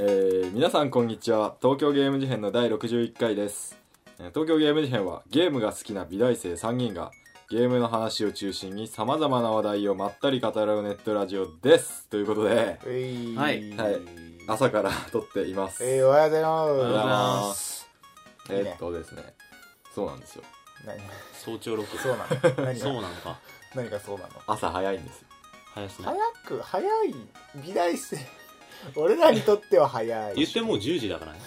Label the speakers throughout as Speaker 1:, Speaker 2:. Speaker 1: えー皆さんこんにちは東京ゲーム事変の第61回ですえー東京ゲーム事変はゲームが好きな美大生3人がゲームの話を中心にさまざまな話題をまったり語らうネットラジオですということで
Speaker 2: はい
Speaker 1: はい朝から撮っています
Speaker 2: え
Speaker 1: え
Speaker 2: ー、おはようございます。
Speaker 3: おはようございます
Speaker 2: いいね
Speaker 1: えーっとですねそうなんですよ
Speaker 2: 何
Speaker 3: 早朝録
Speaker 2: そう なの何
Speaker 3: そう
Speaker 2: が
Speaker 3: なのか
Speaker 2: 何がそうなの
Speaker 1: 朝早いんですよ
Speaker 3: 早すね
Speaker 2: 早く、早い、美大生。俺らにとっては早い。
Speaker 3: 言ってもう10時だからね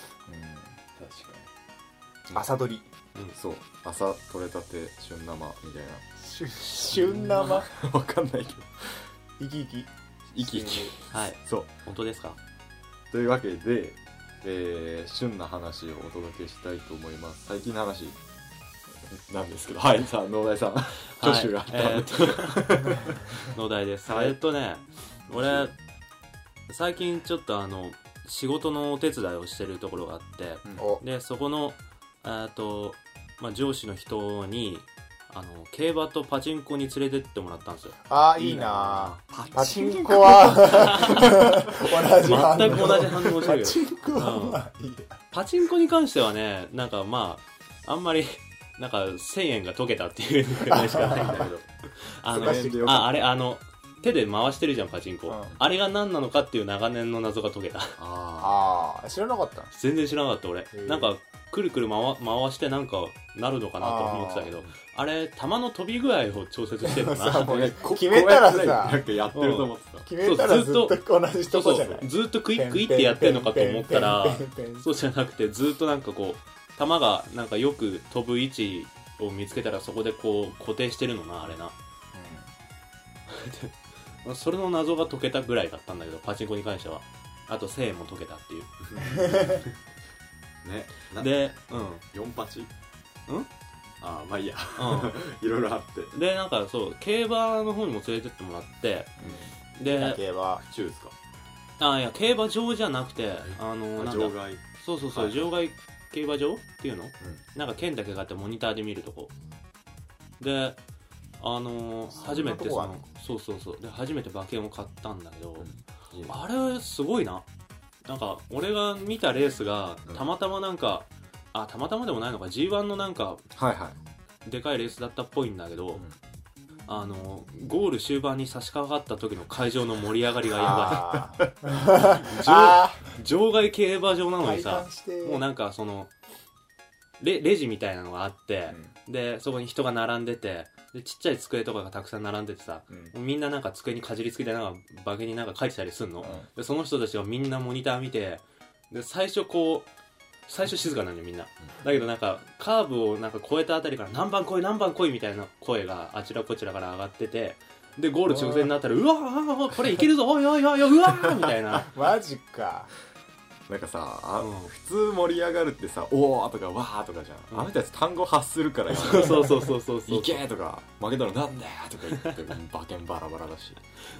Speaker 2: うん朝取り。
Speaker 1: そう朝取れたて旬生みたい
Speaker 2: しゅ旬生。
Speaker 1: な わかんないけど
Speaker 2: 生き生き。
Speaker 1: 生き生き
Speaker 3: はい
Speaker 1: そう
Speaker 3: 本当ですか
Speaker 1: というわけで、えー、旬な話をお届けしたいと思います最近の話なんですけどはいさあ農大さん挙手があった
Speaker 3: はいえ
Speaker 1: んで、
Speaker 3: ーっ と農大です、
Speaker 1: はい
Speaker 3: えーっとね俺最近ちょっとあの仕事のお手伝いをしてるところがあって
Speaker 2: お、
Speaker 3: でそこのえーっと、まあ、上司の人にあの競馬とパチンコに連れてってもらったんですよ
Speaker 2: あ、いいな
Speaker 1: ぁ
Speaker 2: パチンコは、同じ反応
Speaker 3: 全く同じ反応してる
Speaker 2: パ
Speaker 3: よ
Speaker 2: チンコは、まあいいや。
Speaker 3: パチンコに関してはねなんかまああんまりなんか1000円が溶けたっていうぐらいしかないんだけどあの
Speaker 2: 難しい
Speaker 3: ああれあの手で回してるじゃんパチンコ、
Speaker 2: うん
Speaker 3: あれが何なのかっていう長年の謎が解けた
Speaker 1: あ
Speaker 2: ああ、知らなかった。
Speaker 3: 全然知らなかった俺
Speaker 2: ー
Speaker 3: なんかくるくる回回してなんかなるのかなと思ってたけどあれ玉の飛び具合を調節してるの か
Speaker 2: さ
Speaker 3: な
Speaker 1: ー
Speaker 2: もう
Speaker 1: ねこ
Speaker 2: 決めたらさ
Speaker 1: こうやってなんかやってると思って
Speaker 2: 決めたらずっと同じ
Speaker 3: そ
Speaker 2: と
Speaker 3: うそ
Speaker 2: こ
Speaker 3: う
Speaker 2: じ
Speaker 3: そ
Speaker 2: ゃな
Speaker 3: う
Speaker 2: い。
Speaker 3: ずっとクイックイってやってるのかと思ったら
Speaker 2: ペンペンペンペンペン
Speaker 3: そうじゃなくてずっとなんかこう球がなんかよく飛ぶ位置を見つけたらそこでこう固定してるのなあれなそれの謎が解けたぐらいだったんだけどパチンコに関してはあと1000円も解けたっていう
Speaker 1: たねな
Speaker 3: でう
Speaker 1: 4パチん
Speaker 3: ん
Speaker 1: ああまあいいや
Speaker 3: んうん
Speaker 1: いろいろあって
Speaker 3: でなんか そう競馬の方にも連れてってもらって
Speaker 2: だ
Speaker 3: で
Speaker 2: けは、
Speaker 1: 府中ですか
Speaker 3: あいや競馬場じゃなくてあのなんだ
Speaker 1: 場外
Speaker 3: そうそうそう、
Speaker 1: はい
Speaker 3: 場外競馬場っていうの、なんか券だけ買ってモニターで見るとこであのー
Speaker 2: そ
Speaker 3: 初
Speaker 2: んな
Speaker 3: め
Speaker 2: と
Speaker 3: てそ
Speaker 2: こがある
Speaker 3: のそうそうそうで初めて馬券を買ったんだけど、
Speaker 1: いいね
Speaker 3: あれすごいななんか俺が見たレースが
Speaker 1: うん
Speaker 3: たまたまなんか、あたまたまでもないのか g 1のなんか
Speaker 1: はいはい
Speaker 3: でかいレースだったっぽいんだけど、
Speaker 1: ん
Speaker 3: あのゴール終盤に差し掛かった時の会場の盛り上がりがやば
Speaker 2: あーあ
Speaker 3: い場外競馬場な
Speaker 2: ー、
Speaker 3: のに
Speaker 2: 体
Speaker 3: さ
Speaker 2: 感して。
Speaker 3: もうなんかそのレレジみたいなのがあって
Speaker 1: う、ん
Speaker 3: でそこに人が並んでてでちっちゃい机とかがたくさん並んでてさ
Speaker 1: うん
Speaker 3: みんななんか机にかじりつけてなんかバケになんか書いてたりすんの、
Speaker 1: うん
Speaker 3: でその人たちがみんなモニター見てで最初こう最初静かなのよみんな、だけどなんかカーブをなんか越えたあたりから何番来い何番来いみたいな声があちらこちらから上がっててでゴール直前になったらうわーこれいけるぞおいおいおいおいうわーみたいな
Speaker 2: マジか。
Speaker 1: なんかさあ
Speaker 3: うん
Speaker 1: 普通盛り上がるってさ「おお!」とか「わー!」とかじゃ
Speaker 3: うんん
Speaker 1: あの人たち単語発するからや
Speaker 3: そうそうそうそうそうそう
Speaker 1: いけーとか負けたらなんだよとか言 って馬券バラバラだし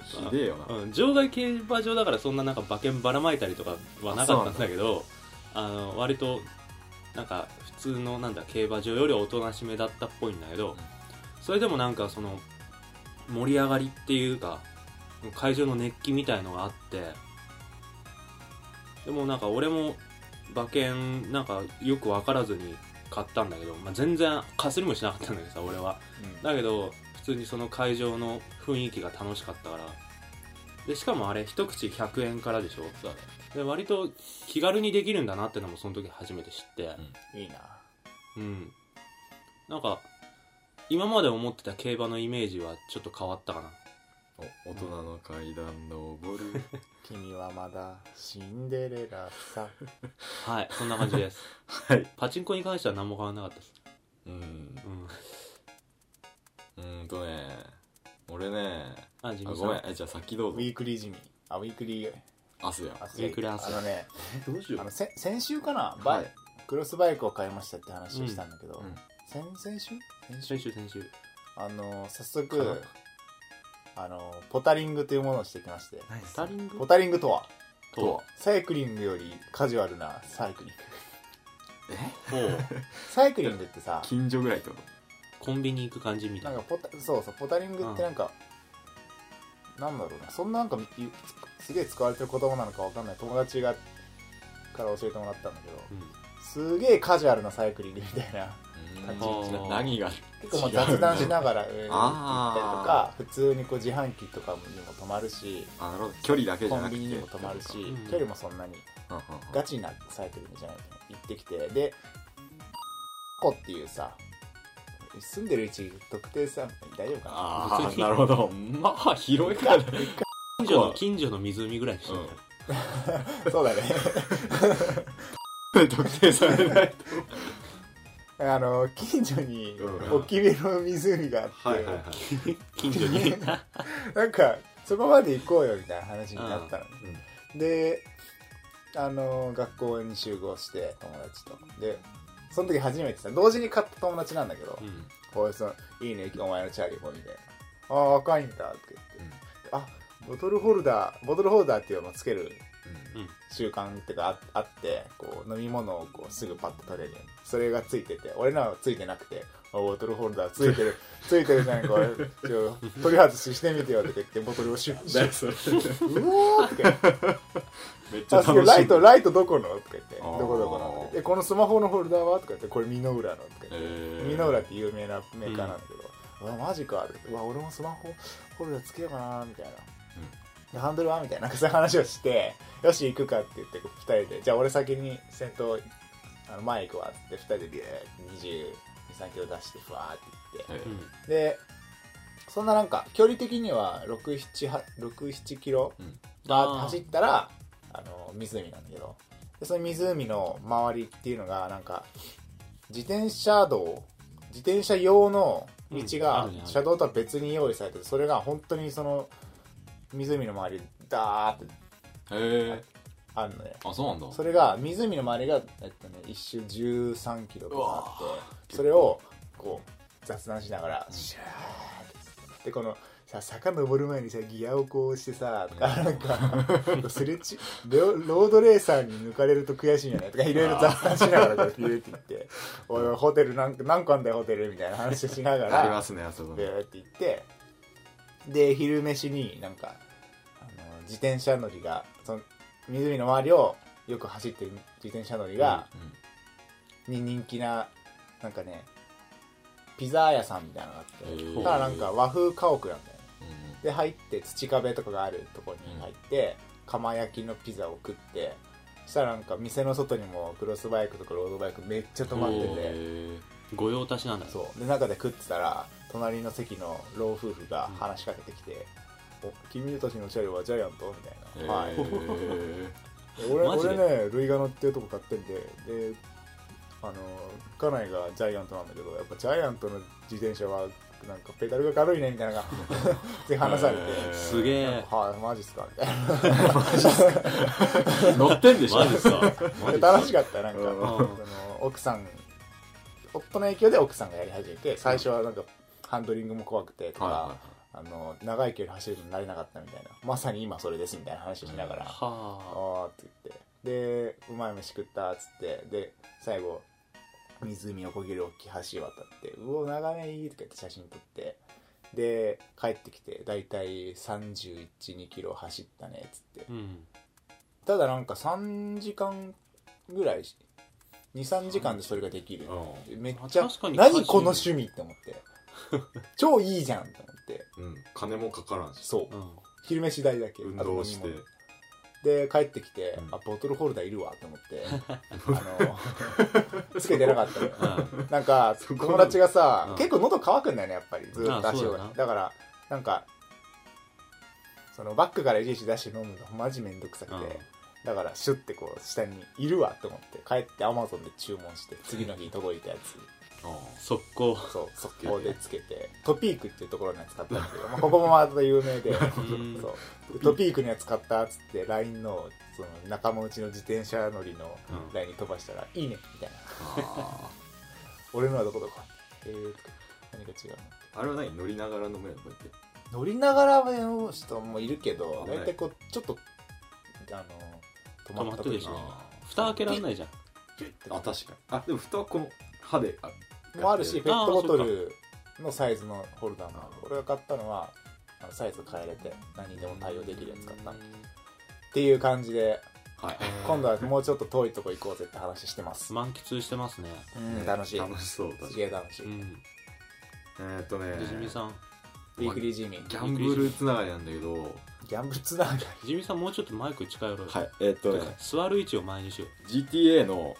Speaker 1: ひでえよな
Speaker 3: うん、場外競馬場だからそんななんか馬券ばらまいたりとかはなかったんだけどあの割となんか普通のなんだ競馬場よりはおとなしめだったっぽいんだけど、
Speaker 1: ん
Speaker 3: それでもなんかその盛り上がりっていうか会場の熱気みたいのがあってでもなんか俺も馬券なんかよく分からずに買ったんだけど、まあ、全然かすりもしなかったんだけどさ俺はだけど普通にその会場の雰囲気が楽しかったからでしかもあれ一口100円からでしょで割と気軽にできるんだなってのもその時初めて知って
Speaker 2: いいな。
Speaker 3: うん、なんか今まで思ってた競馬のイメージはちょっと変わったかな
Speaker 1: お大人の階段登る
Speaker 2: 君はまだシンデレラさ。
Speaker 3: はいそんな感じです
Speaker 1: はい
Speaker 3: パチンコに関しては何も変わらなかったです
Speaker 1: うん
Speaker 3: うん
Speaker 1: うーんとね俺ね
Speaker 3: あジ
Speaker 1: あ
Speaker 3: ミーさ
Speaker 1: ご
Speaker 3: ん
Speaker 1: めんえじゃあ先ど
Speaker 2: ウ
Speaker 1: うぞ
Speaker 2: ィークリージミー。あ、ウィークリー。
Speaker 1: 明日や
Speaker 2: あ
Speaker 3: ウィークリーアス
Speaker 2: あのね、
Speaker 1: どうし
Speaker 2: あのせ先週かな、バイ
Speaker 1: はい
Speaker 2: クロスバイクを買いましたって話をしたんだけど、
Speaker 1: うんうん
Speaker 2: 先先週先週
Speaker 3: 先週先週
Speaker 2: あの早
Speaker 1: かな
Speaker 2: 速あのポタリングというものをしてきまして
Speaker 3: スタリン
Speaker 2: ポ
Speaker 3: グ
Speaker 2: タリングとは
Speaker 1: とは
Speaker 2: サイクリングよりカジュアルなサイクリング
Speaker 1: え
Speaker 3: ほう
Speaker 2: サイクリングってさ
Speaker 1: 近所ぐらいってこと
Speaker 3: コンビニ行く感じみ
Speaker 2: な
Speaker 3: た
Speaker 2: いん
Speaker 3: な
Speaker 2: かポタそうそうポタリングってなんか、なんだろうなそんななんかいすげえ使われてる言葉なのかわかんない友達がから教えてもらったんだけど
Speaker 3: うん
Speaker 2: すげえカジュアルなサイクリングみたいな
Speaker 1: うん
Speaker 3: あー
Speaker 1: 何が
Speaker 2: 結構まあ雑談しながら上に行ったりと
Speaker 1: あ
Speaker 2: か普通にこう自販機とかにも止まるし
Speaker 1: あなるほど距離だけじ
Speaker 2: コ
Speaker 1: ゃな
Speaker 2: ン
Speaker 1: くて
Speaker 2: ビニにも止まるし
Speaker 3: うん
Speaker 2: 距離もそんなに
Speaker 1: うんうん
Speaker 2: ガチなサイクリングじゃない行ってきてでこっていうさ住んでる位置特定さ大丈夫か
Speaker 1: あ
Speaker 3: 別
Speaker 1: あ
Speaker 3: に
Speaker 1: なるほどまあ広いからね
Speaker 3: 近所の近所の湖ぐらいにして
Speaker 1: うん
Speaker 2: なそうだね
Speaker 1: 特定され ない
Speaker 2: あの近所に
Speaker 1: うん
Speaker 2: 大きめの湖があって、
Speaker 3: 近所 に
Speaker 2: なんかそこまで行こうよみたいな話になったの、であの学校に集合して友達とでその時初めてさ同時に買った友達なんだけど、
Speaker 3: うん
Speaker 2: こうそのいいねお前のチャーリーもみたいなああ赤いんだって言って、
Speaker 1: うん
Speaker 2: あボトルホルダーボトルホルダーっていうのをつける習慣っていうかああってこう飲み物をこうすぐパッと取れるようにそれがついてて俺らはついてなくてあボトルホルダーつい てるついてるじゃんこれちょ取り外ししてみてよって言ってボトルをシュッシュ
Speaker 1: 誰
Speaker 2: ッ
Speaker 1: それ
Speaker 2: うおーって言って
Speaker 1: めっちゃ
Speaker 2: あ
Speaker 1: 楽
Speaker 2: す
Speaker 1: し
Speaker 2: げえ
Speaker 1: み
Speaker 2: ライトライトどこの?」とか言って「
Speaker 1: あ
Speaker 2: ど
Speaker 1: ー
Speaker 2: こどこの?」とか言ってえ「このスマホのホルダーは?」とか言って「これミノウラの」とか言って「ミノウラって有名なメーカーなんだけど「うわマジか」ってうわ俺もスマホホルダーつけようかな」みたいな「でハンドルは?」みたいななんかそういう話をして「よし行くか」って言って2人で「じゃあ俺先に先頭あの前行くわ」って2人でビューって2 3キロ出してふわーって行っ
Speaker 1: えー
Speaker 2: て
Speaker 3: うん
Speaker 2: でそんななんか距離的には67キロ
Speaker 1: うん
Speaker 2: バーって
Speaker 3: あー
Speaker 2: 走ったらあの湖なんだけどでその湖の周りっていうのがなんか自転車道自転車用の道
Speaker 3: うんあ
Speaker 2: が
Speaker 3: るねある
Speaker 2: 車道とは別に用意されててそれが本当にその湖の周りダーって
Speaker 1: へえ
Speaker 2: あるのね
Speaker 1: あそうなんだ
Speaker 2: それが湖の周りが、えっとね、一周13キロと
Speaker 1: う
Speaker 2: か
Speaker 1: わ
Speaker 2: あってそれをこう雑談しながらシューってでこのさ坂登る前にさギアをこうしてさとかなんかすれちロロードレーサーに抜かれると悔しいんじゃないとかいろいろ雑談しながらこうビューって行って「おいおいホテルなんか何個あんだよホテル」みたいな話しなが
Speaker 1: あり
Speaker 2: ら
Speaker 1: ますねあそこ
Speaker 2: ビ
Speaker 1: ね
Speaker 2: ューって行ってで昼飯になんかあの自転車乗りがその湖の周りをよく走ってる自転車乗りが、
Speaker 1: うん
Speaker 2: に人気ななんかねピザ屋さんみたいなのがあ
Speaker 1: へ
Speaker 2: って
Speaker 1: ー
Speaker 2: だからなんか和風家屋なんだよね
Speaker 1: うんうん
Speaker 2: で入って土壁とかがあるとこに入って、釜焼きのピザを食ってしたらなんか店の外にもクロスバイクとかロードバイクめっちゃ止まってて
Speaker 1: へ
Speaker 3: 御用達なんだ
Speaker 2: そうで中で食ってたら隣の席の老夫婦が話しかけてきて「お君たちのチャリはジャイアント?」
Speaker 1: え
Speaker 2: みたいな「はい」
Speaker 1: へ
Speaker 2: 俺
Speaker 3: マジで
Speaker 2: 俺ねルイガノっていうとこ買ってんでであの家内がジャイアントなんだけどやっぱジャイアントの自転車はなんかペダルが軽いねみたいなのが全然話されて
Speaker 1: へー
Speaker 3: すげえ
Speaker 2: はいマジっすかみたいな
Speaker 1: え乗ってんでしょ
Speaker 3: マジさマジさ
Speaker 2: 楽しかったなんか
Speaker 1: うん
Speaker 2: その奥さん夫の影響で奥さんがやり始めて最初はなんかハンドリングも怖くてとか、
Speaker 1: は
Speaker 2: あの長い距離走るのになれなかったみたいなまさに今それですみたいな話をしながら、
Speaker 3: は
Speaker 2: あーって言ってでうまい飯食ったっつってで最後湖をこげる大きい橋渡ってうお眺めいいとか言って写真撮ってで帰ってきて大体3 1 2キロ走ったねっつって
Speaker 3: あうん
Speaker 2: ただなんか3時間ぐらい23時間でそれができる
Speaker 1: い
Speaker 2: めっちゃ
Speaker 3: あ確かに
Speaker 2: 何この趣味って思って 超いいじゃんって思って
Speaker 1: うんうん金もかからんし
Speaker 2: そう
Speaker 3: うん
Speaker 2: 昼飯代だけ
Speaker 1: 運動して
Speaker 2: あと飲み物で帰ってきて、
Speaker 1: うん
Speaker 2: あボトルホルダーいるわと思って あの つけてなかったのよ
Speaker 3: うん
Speaker 2: なんか
Speaker 1: そこなの
Speaker 2: 友達がさ、
Speaker 3: うん
Speaker 2: 結構喉乾くんだよねやっぱりずっと
Speaker 3: ああ
Speaker 2: 足
Speaker 3: そう
Speaker 2: を
Speaker 3: だな
Speaker 2: だからなんかそのバッグからいちいち出して飲むのマジめんどく さくて、だからシュッてこう下にいるわと思って帰ってアマゾンで注文して次の日届いたやつ
Speaker 3: 速攻
Speaker 2: そう速攻でつけてトピークっていうところのやつ買ったんだけど、まあ、ここもまた有名で
Speaker 3: うん
Speaker 2: そうトピークのやつ買ったっつって LINE のその仲間内の自転車乗りの
Speaker 3: うん
Speaker 2: LINE に飛ばしたら「いいね」みたいな
Speaker 1: あ
Speaker 2: 「俺のはどこどこ」えー、とか何か違う
Speaker 1: ーあれは何乗りながら飲めるのこうやって
Speaker 2: の乗りながらの人もいるけど
Speaker 1: あね
Speaker 2: 大体こうちょっとあの止まった
Speaker 3: 止まって
Speaker 2: 時
Speaker 3: るでしょ
Speaker 2: に
Speaker 1: あ
Speaker 3: 蓋開けらんないじゃん
Speaker 2: ピュッて
Speaker 1: ーあ確かにあでも蓋はこの歯であ
Speaker 2: もあるしペット
Speaker 3: あー
Speaker 2: ボトルのサイズのホルダーもある俺が買ったのはあのサイズ変えれて何にでも対応できるやつ買ったっていう感じで
Speaker 3: はい、
Speaker 2: 今度はもうちょっと遠いとこ行こうぜって話してます、
Speaker 3: 満喫してますね
Speaker 2: うん、楽しい
Speaker 1: 楽しそう確か
Speaker 2: す
Speaker 1: に
Speaker 2: げえ楽しい、
Speaker 3: うん
Speaker 1: えーっとね
Speaker 3: でじみさん
Speaker 2: ウィークリージミー
Speaker 1: ギャンブルつながりなんだけど
Speaker 2: ギャンブルつながり、
Speaker 3: じみさんもうちょっとマイク近寄ろうよ
Speaker 1: はいえーっとね
Speaker 3: 座る位置を前にしよ
Speaker 1: GTA の、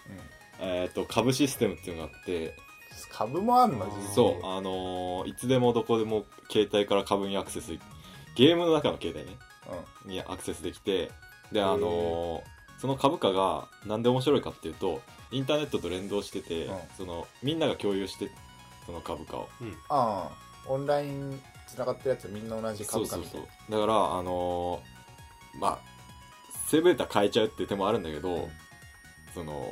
Speaker 2: うん、
Speaker 1: えーっと株システムっていうのがあって
Speaker 2: 株もあんの
Speaker 3: うん
Speaker 2: 実
Speaker 1: そうあのーいつでもどこでも携帯から株にアクセスゲームの中の携帯ねにアクセスできてであのーその株価がなんで面白いかっていうとインターネットと連動してて、
Speaker 2: うん
Speaker 1: そのみんなが共有してその株価を
Speaker 2: ああオンラインつながってるやつみんな同じ
Speaker 1: そう
Speaker 2: 株価
Speaker 1: そう
Speaker 2: みた
Speaker 1: そ
Speaker 2: いう
Speaker 1: だからあのーまあセブータ変えちゃうっていう手もあるんだけど、
Speaker 2: うん
Speaker 1: その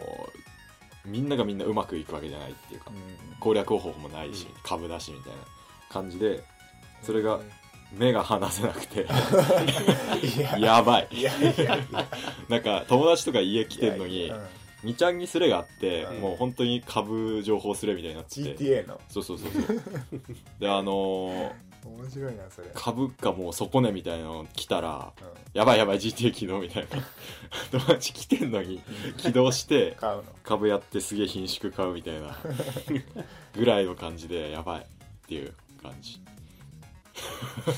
Speaker 1: みんながみんなうまくいくわけじゃないっていうか、
Speaker 2: うん
Speaker 1: 攻略方法もないし、
Speaker 3: うん
Speaker 1: 株だしみたいな感じでそれが目が離せなく て
Speaker 2: いやい
Speaker 1: やばい
Speaker 2: やいや
Speaker 1: なんか友達とか家来てんの
Speaker 2: い
Speaker 1: に
Speaker 2: やうん
Speaker 1: 2ちゃんにすれがあって、
Speaker 2: うん
Speaker 1: もう本当に株情報すれみたいになってて
Speaker 2: GTA の
Speaker 1: そうそうそうそうであのー
Speaker 2: 面白いなそれ、
Speaker 1: 株価もう底値みたいなの来たら
Speaker 2: うん
Speaker 1: やばいやばい GTA 起動みたいな友達来てんのに起動して
Speaker 2: 買うの
Speaker 1: 株やってすげえ伸縮買うみたいなぐらいの感じでやばいっていう感じ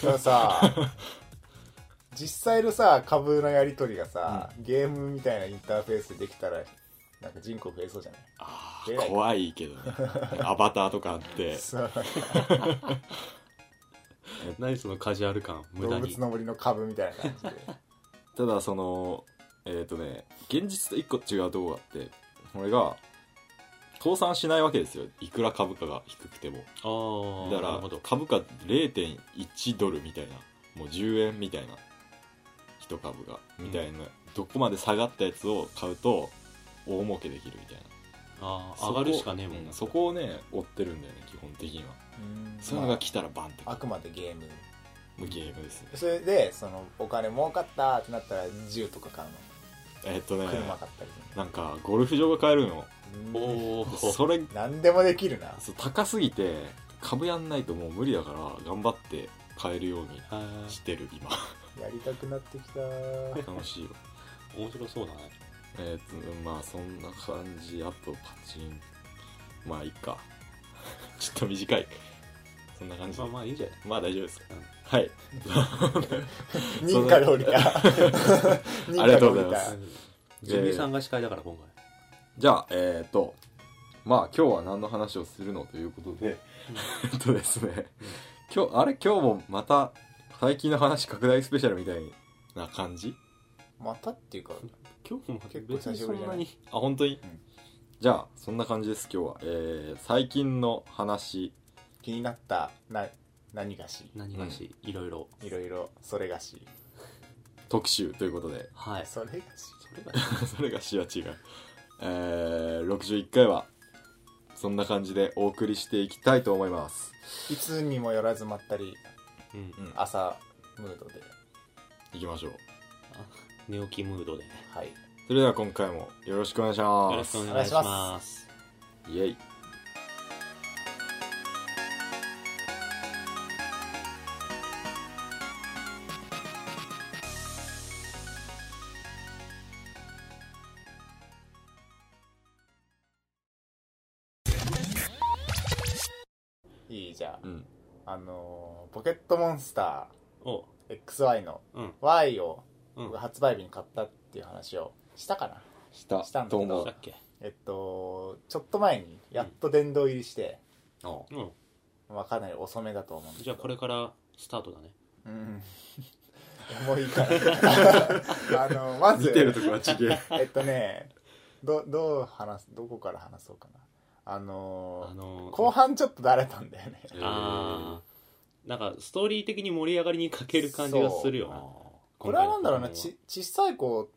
Speaker 2: で もさ実際のさ株のやり取りがさ、ゲームみたいなインターフェースでできたらなんか人口増えそうじゃない
Speaker 1: あ
Speaker 2: 出
Speaker 1: ー
Speaker 2: ないか
Speaker 1: 怖いけどねアバターとかあって
Speaker 2: そう
Speaker 3: う何そのカジュアル感無駄
Speaker 2: 動
Speaker 3: に
Speaker 2: 物の森の株みたいな 感じで
Speaker 1: ただそのえっ、とね現実と一個違うとこがあってこれが倒産しないわけですよいくら株価が低くても
Speaker 3: ああ
Speaker 1: だ
Speaker 3: な
Speaker 1: か
Speaker 3: る
Speaker 1: ら
Speaker 3: ほど
Speaker 1: 株価0.1ドルみたいなもう10円みたいな一株がみたいな、どこまで下がったやつを買うと大儲けできるみたい
Speaker 3: あ
Speaker 1: な
Speaker 3: あ上がるしかねえも
Speaker 1: うんん
Speaker 3: な
Speaker 1: そこをね追ってるんだよね基本的にはそういうのが来たらバンって
Speaker 2: まああくまでゲーム
Speaker 1: もうゲームですね
Speaker 2: それでそのお金儲かったってなったら銃とか買う
Speaker 1: えっとね
Speaker 2: の車買ったり、
Speaker 1: なんかゴルフ場が買えるの
Speaker 2: うん
Speaker 3: おお
Speaker 1: それ
Speaker 2: 何でもできるな
Speaker 1: そう高すぎて株やんないともう無理だから頑張って買えるようにしてる 今
Speaker 2: やりたくなってき た
Speaker 1: 楽しいよ
Speaker 3: 面白そうだね
Speaker 1: えー、とまあそんな感じあとパチンまあいいか ちょっと短いそんな感じ
Speaker 3: まあまあいいんじゃない
Speaker 1: まあ大丈夫です
Speaker 3: うん
Speaker 1: はい
Speaker 2: 認可が降りた 認
Speaker 1: ありがとうございま
Speaker 2: 可が
Speaker 1: す
Speaker 2: 降
Speaker 3: ジミーさんが司会だから今回
Speaker 1: じゃあえっ、ー、とまあ今日は何の話をするのということでえっとですね今日あれ今日もまた最近の話拡大スペシャルみたいな感じ
Speaker 2: りたまたっていうか
Speaker 3: 今日も
Speaker 2: 結構
Speaker 3: 別
Speaker 2: 久
Speaker 3: に
Speaker 2: し
Speaker 3: そ
Speaker 2: ぶりじ
Speaker 3: ん
Speaker 2: ゃな
Speaker 3: ないに
Speaker 1: あ本当に、
Speaker 2: うん
Speaker 1: じゃあそんな感じです今日は、えー、最近の話
Speaker 2: 気になったな何がし
Speaker 3: 何がしいろいろ
Speaker 2: いろいろそれがし
Speaker 1: 特集ということで
Speaker 3: はい
Speaker 2: それがし
Speaker 3: それが
Speaker 1: それがしは違う。えー、61回は、そんな感じでお送りしていきたいと思います。
Speaker 2: いつにもよらずまったり
Speaker 3: うん
Speaker 1: うん
Speaker 2: 朝ムードで
Speaker 1: 行きましょう。
Speaker 3: あ寝起きムードで
Speaker 2: はい
Speaker 1: それでは今回もよろしくお願いしま
Speaker 3: よ
Speaker 1: す。
Speaker 3: ろしくお願いし
Speaker 2: お願
Speaker 3: ま
Speaker 2: い
Speaker 3: す
Speaker 1: イェイ。
Speaker 2: いいじゃ
Speaker 1: うん。
Speaker 2: ああのーポケットモンスタ
Speaker 3: お
Speaker 2: ー XY の
Speaker 3: うん
Speaker 2: Y を
Speaker 3: うん
Speaker 2: 発売日に買ったっていう話をしたかな
Speaker 1: した
Speaker 2: したんだけ
Speaker 1: と
Speaker 2: ど
Speaker 1: 思
Speaker 3: だ
Speaker 1: う
Speaker 3: っ。け
Speaker 2: えっとちょっと前にやっと殿堂入りして、
Speaker 1: あ
Speaker 3: うん
Speaker 2: まあ、かなり遅めだと思うんだけど
Speaker 3: じゃあこれからスタートだね
Speaker 2: うんもういいから あのまず
Speaker 1: 見てるとこはちげえ。
Speaker 2: えっとねどどう話すどこから話そうかなあのー
Speaker 3: あのー
Speaker 2: 後半ちょっとだれたんだよね
Speaker 3: ああなんかストーリー的に盛り上がりに欠ける感じがするよ
Speaker 1: ー
Speaker 3: な
Speaker 2: これはなんだろうな
Speaker 3: 今回の
Speaker 2: ち小さい子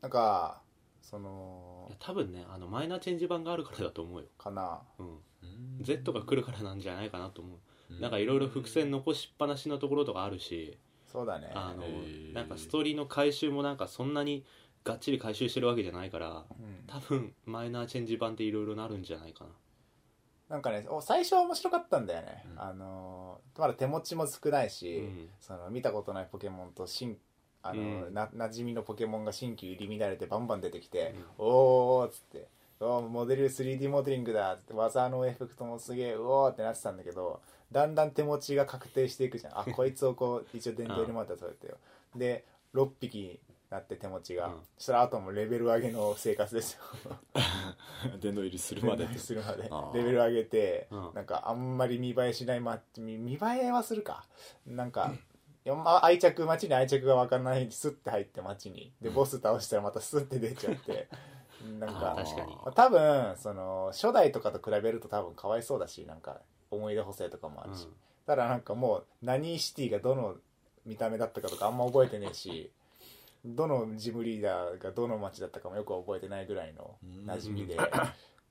Speaker 2: なんかその
Speaker 3: いや多分ねあのマイナーチェンジ版があるからだと思うよ、
Speaker 2: かな
Speaker 3: うん、
Speaker 1: うん
Speaker 3: Z が来るからなんじゃないかなと思う、なんかいろいろ伏線残しっぱなしのところとかあるし、
Speaker 2: そうだね
Speaker 3: あの
Speaker 1: へー
Speaker 3: なんかストーリーの回収もなんかそんなにがっちり回収してるわけじゃないから
Speaker 2: うん
Speaker 3: 多分マイナーチェンジ版でいろいろなるんじゃないかな
Speaker 2: なんかねお最初は面白かったんだよね、
Speaker 1: うん
Speaker 2: あのーまだ手持ちも少ないし、
Speaker 3: うん
Speaker 2: その見たことないポケモンと進あの、
Speaker 3: うん
Speaker 2: な馴染みのポケモンが新旧入り乱れてバンバン出てきて
Speaker 3: うん
Speaker 2: 「おーおー」っつって「おーモデル 3D モデリングだ」っつって技のエフェクトもすげえうおーってなってたんだけどだんだん手持ちが確定していくじゃんあこいつをこう一応伝統にまたそうやってよで6匹になって手持ちが、
Speaker 3: うん
Speaker 2: そしたらあともうレベル上げの生活 ですよ
Speaker 1: 殿堂入りするまで
Speaker 2: するまで
Speaker 1: あー
Speaker 2: レベル上げて、
Speaker 3: うん
Speaker 2: なんかあんまり見栄えしないマッチ見見栄えはするかなんか、いやま愛着街に愛着が分かんないスッて入って街にでボス倒したらまたスッて出ちゃって なん
Speaker 3: あー
Speaker 2: か
Speaker 3: 確かに
Speaker 1: あ
Speaker 2: 多分その初代とかと比べると多分かわいそうだしなんか思い出補正とかもあるし、ただなんかもう何シティがどの見た目だったかとかあんま覚えてねえしどのジムリーダーがどの町だったかもよく覚えてないぐらいの馴染みで、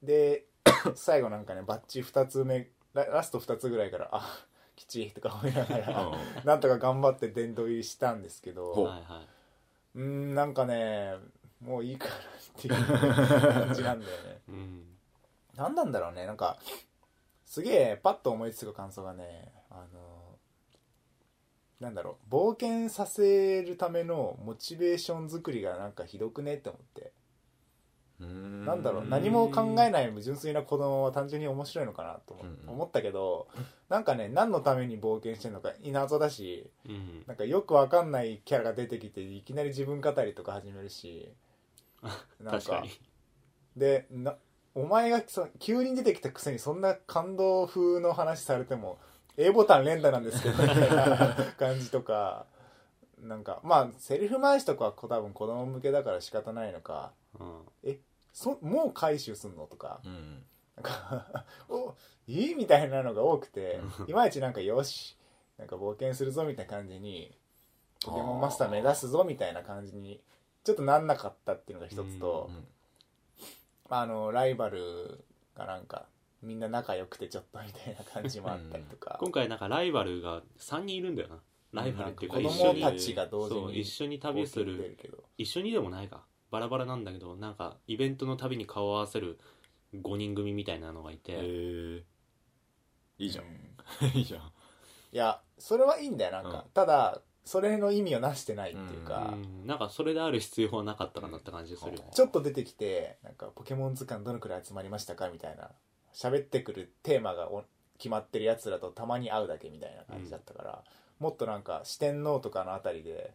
Speaker 2: で最後なんかねバッチ2つ目ララスト2つぐらいからあきちいとか思いながら
Speaker 1: う
Speaker 2: なんとか頑張って殿堂入りしたんですけ
Speaker 3: うん、
Speaker 1: ほ
Speaker 2: ど
Speaker 3: はいは
Speaker 2: うーんなんかねもういいかなっていう感じなんだよね
Speaker 3: い、うん、
Speaker 2: 何なんだろうねなんかすげえパッと思いつく感想がねあのなんだろう冒険させるためのモチベーション作りがなんかひどくねって思って
Speaker 1: ん
Speaker 2: なんだろう
Speaker 3: うん
Speaker 2: 何も考えない純粋な子供は単純に面白いのかなと思
Speaker 1: うん
Speaker 2: 思ったけどなんかね何のために冒険してんのか謎だし
Speaker 3: うん、
Speaker 2: なんかよくわかんないキャラが出てきていきなり自分語りとか始めるしなん
Speaker 3: 確か
Speaker 2: か
Speaker 3: に
Speaker 2: でなお前がそ急に出てきたくせにそんな感動風の話されても A ボタン連打なんですけどみたいな感じとかなんかまあセリフ回しとかはこ多分子供向けだから仕方ないのか
Speaker 3: うん
Speaker 2: そもう回収すんのとか
Speaker 1: うん
Speaker 2: なんか おいいみたいなのが多くていまいちなんかよしなんか冒険するぞみたいな感じにポケモンマスター目指すぞみたいな感じにちょっとなんなかったっていうのが一つと、
Speaker 1: うん
Speaker 2: まあ、あのライバルがなんかみんな仲良くてちょっとみたいな感じもあったりとか、
Speaker 3: 今回なんかライバルが3人いるんだよなライバルっていうか
Speaker 2: うん
Speaker 3: 一
Speaker 2: なんか
Speaker 3: 緒に
Speaker 2: 子供たちが同時に
Speaker 3: そう一緒に旅す
Speaker 2: 冒険出
Speaker 3: る
Speaker 2: けど
Speaker 3: 一緒にでもないかバラバラなんだけどなんかイベントの旅に顔を合わせる5人組みたいなのがいて、
Speaker 1: えーいいじゃ
Speaker 2: うんん
Speaker 1: いいじゃん
Speaker 2: いやそれはいいんだよなんか、
Speaker 1: うん
Speaker 2: ただそれの意味をなしてないっていうか、
Speaker 3: うん、なんかそれである必要はなかったかなって感じするよね、
Speaker 2: ちょっと出てきてなんかポケモン図鑑どのくらい集まりましたかみたいな喋ってくるテーマがお決まってるやつらとたまに会うだけみたいな感じだったから、もっとなんか四天王とかのあたりで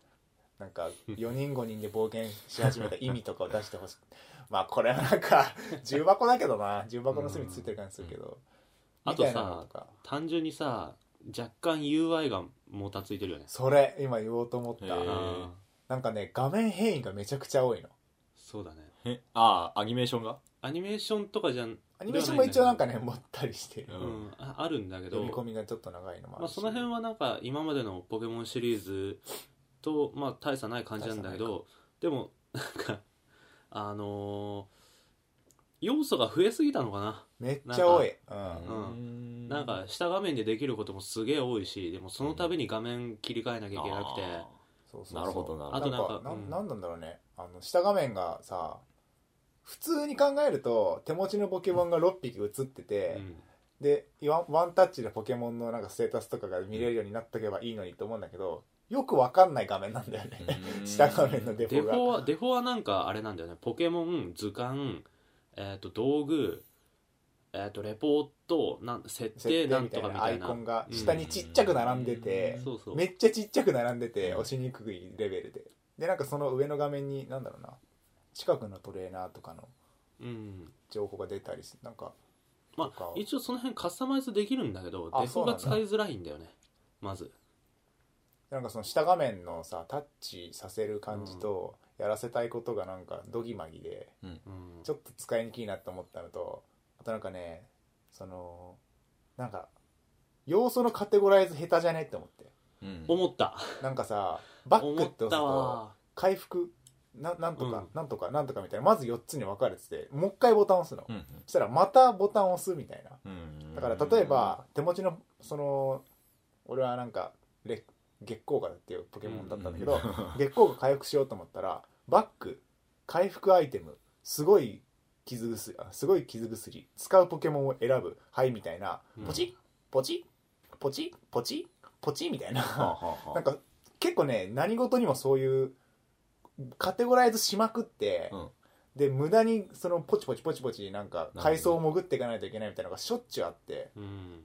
Speaker 2: なんか4人5人で冒険し始めた意味とかを出してほしい まあこれはなんか重箱だけどな重箱の隅ついてる感じするけど、
Speaker 3: うん
Speaker 2: みたいなのとか
Speaker 3: 単純にさ若干 UI がもたついてるよね、
Speaker 2: それ今言おうと思った、
Speaker 1: へー
Speaker 3: あー
Speaker 2: なんかね画面変異がめちゃくちゃ多いの
Speaker 3: そうだね
Speaker 1: えああアニメーションが
Speaker 3: アニメーションとかじゃん、
Speaker 2: アニメーションも一応なんかねもったりしてる
Speaker 1: う
Speaker 3: うんん、ああるんだけど
Speaker 2: 読み込みがちょっと長いのもあ
Speaker 3: まあ、
Speaker 2: るし、
Speaker 3: その辺はなんか今までのポケモンシリーズとまあ大差ない感じなんだけどでもなんかあのー要素が増えすぎたのかな、
Speaker 2: めっちゃ多いうん
Speaker 3: んなんか下画面でできることもすげえ多いしでもその度に画面切り替えなきゃいけなくて、
Speaker 1: あ
Speaker 2: そう
Speaker 1: ー
Speaker 2: そうそう
Speaker 1: なるほどなる
Speaker 3: あ
Speaker 1: ほ
Speaker 3: と
Speaker 1: ど
Speaker 3: な
Speaker 2: なん
Speaker 3: んか
Speaker 2: かな
Speaker 3: うん
Speaker 2: なんなんだろうねあの下画面がさ普通に考えると手持ちのポケモンが6匹映ってて、でワンワンタッチでポケモンのなんかステータスとかが見れるようになっとけばいいのにと思うんだけどよくわかんない画面なんだよね、
Speaker 1: うん
Speaker 2: 下画面のデフ
Speaker 3: デ
Speaker 2: ォ
Speaker 3: フ
Speaker 2: が
Speaker 3: ォはデフォはなんかあれなんだよねポケモン図鑑、えー、と道具、えー、とレポートなん設定
Speaker 2: 設
Speaker 3: な
Speaker 2: 定
Speaker 3: ん
Speaker 2: みた
Speaker 3: と
Speaker 2: い
Speaker 3: かみ
Speaker 2: なア
Speaker 3: た
Speaker 2: イ
Speaker 3: いな
Speaker 2: コンが下にちっちゃく並んでて、
Speaker 3: そうそう
Speaker 2: めっちゃちっちゃく並んでて押しにくいレベルででなんかその上の画面になんだろうな近くのトレーナーとかの
Speaker 3: うん
Speaker 2: 情報が出たりするなんか
Speaker 3: ま
Speaker 2: と
Speaker 3: あ
Speaker 2: かを
Speaker 3: 一応その辺カスタマイズできるんだけど
Speaker 2: あ
Speaker 3: デフォが
Speaker 2: そうな
Speaker 3: 使
Speaker 2: ん
Speaker 3: いづらいんだよねまず
Speaker 2: なんかその下画面のさタッチさせる感じと、やらせたいことがなんかどぎまぎで
Speaker 3: うん
Speaker 2: ちょっと使いにくいなと思ったのとあとなんかねそのなんか要素のカテゴライズ下手じゃねって思って
Speaker 1: うん
Speaker 3: 思った
Speaker 2: なんかさバック
Speaker 3: 思
Speaker 2: っ
Speaker 3: って
Speaker 2: 押す
Speaker 3: た
Speaker 2: と
Speaker 3: わ
Speaker 2: 回復ななんとか、
Speaker 3: うん
Speaker 2: なんとかなんとかみたいなまず4つに分かれててもう一回ボタン押すの、
Speaker 1: うん
Speaker 2: そしたらまたボタン押すみたいな
Speaker 1: うん
Speaker 2: だから例えば手持ちのその俺はなんかレ月光がっていうポケモンだったんだ けど、
Speaker 1: うんうん
Speaker 2: 月光が回復しようと思ったらバック回復アイテムすごい傷薬あすごい傷薬使うポケモンを選ぶはいみたいな
Speaker 3: うん
Speaker 2: ポチッポチッポチッポチッポチッみたいな
Speaker 1: はあはあはあ
Speaker 2: なんか結構ね何事にもそういうカテゴライズしまくって、
Speaker 1: うん
Speaker 2: で無駄にそのポチポチポチポチなんか階層を潜っていかないといけないみたいなのがしょっちゅうあって
Speaker 3: うん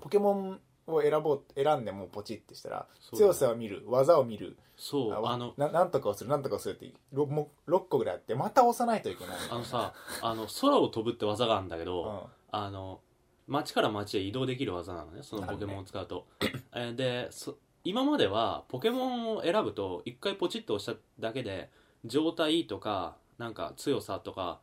Speaker 2: ポケモンを選ぼう選んでもうポチってしたら
Speaker 3: そうだね
Speaker 2: 強さを見る技を見る
Speaker 3: そう
Speaker 2: わ
Speaker 3: あの
Speaker 2: ななんとかをするなんとかをするってろも6個ぐらいあってまた押さないといけない
Speaker 3: あのさあの空を飛ぶって技があるんだけど、
Speaker 2: うん
Speaker 3: あの町から町へ移動できる技なのねそのポケモンを使うと、えーでそ今まではポケモンを選ぶと一回ポチッと押しただけで状態とかなんか強さとか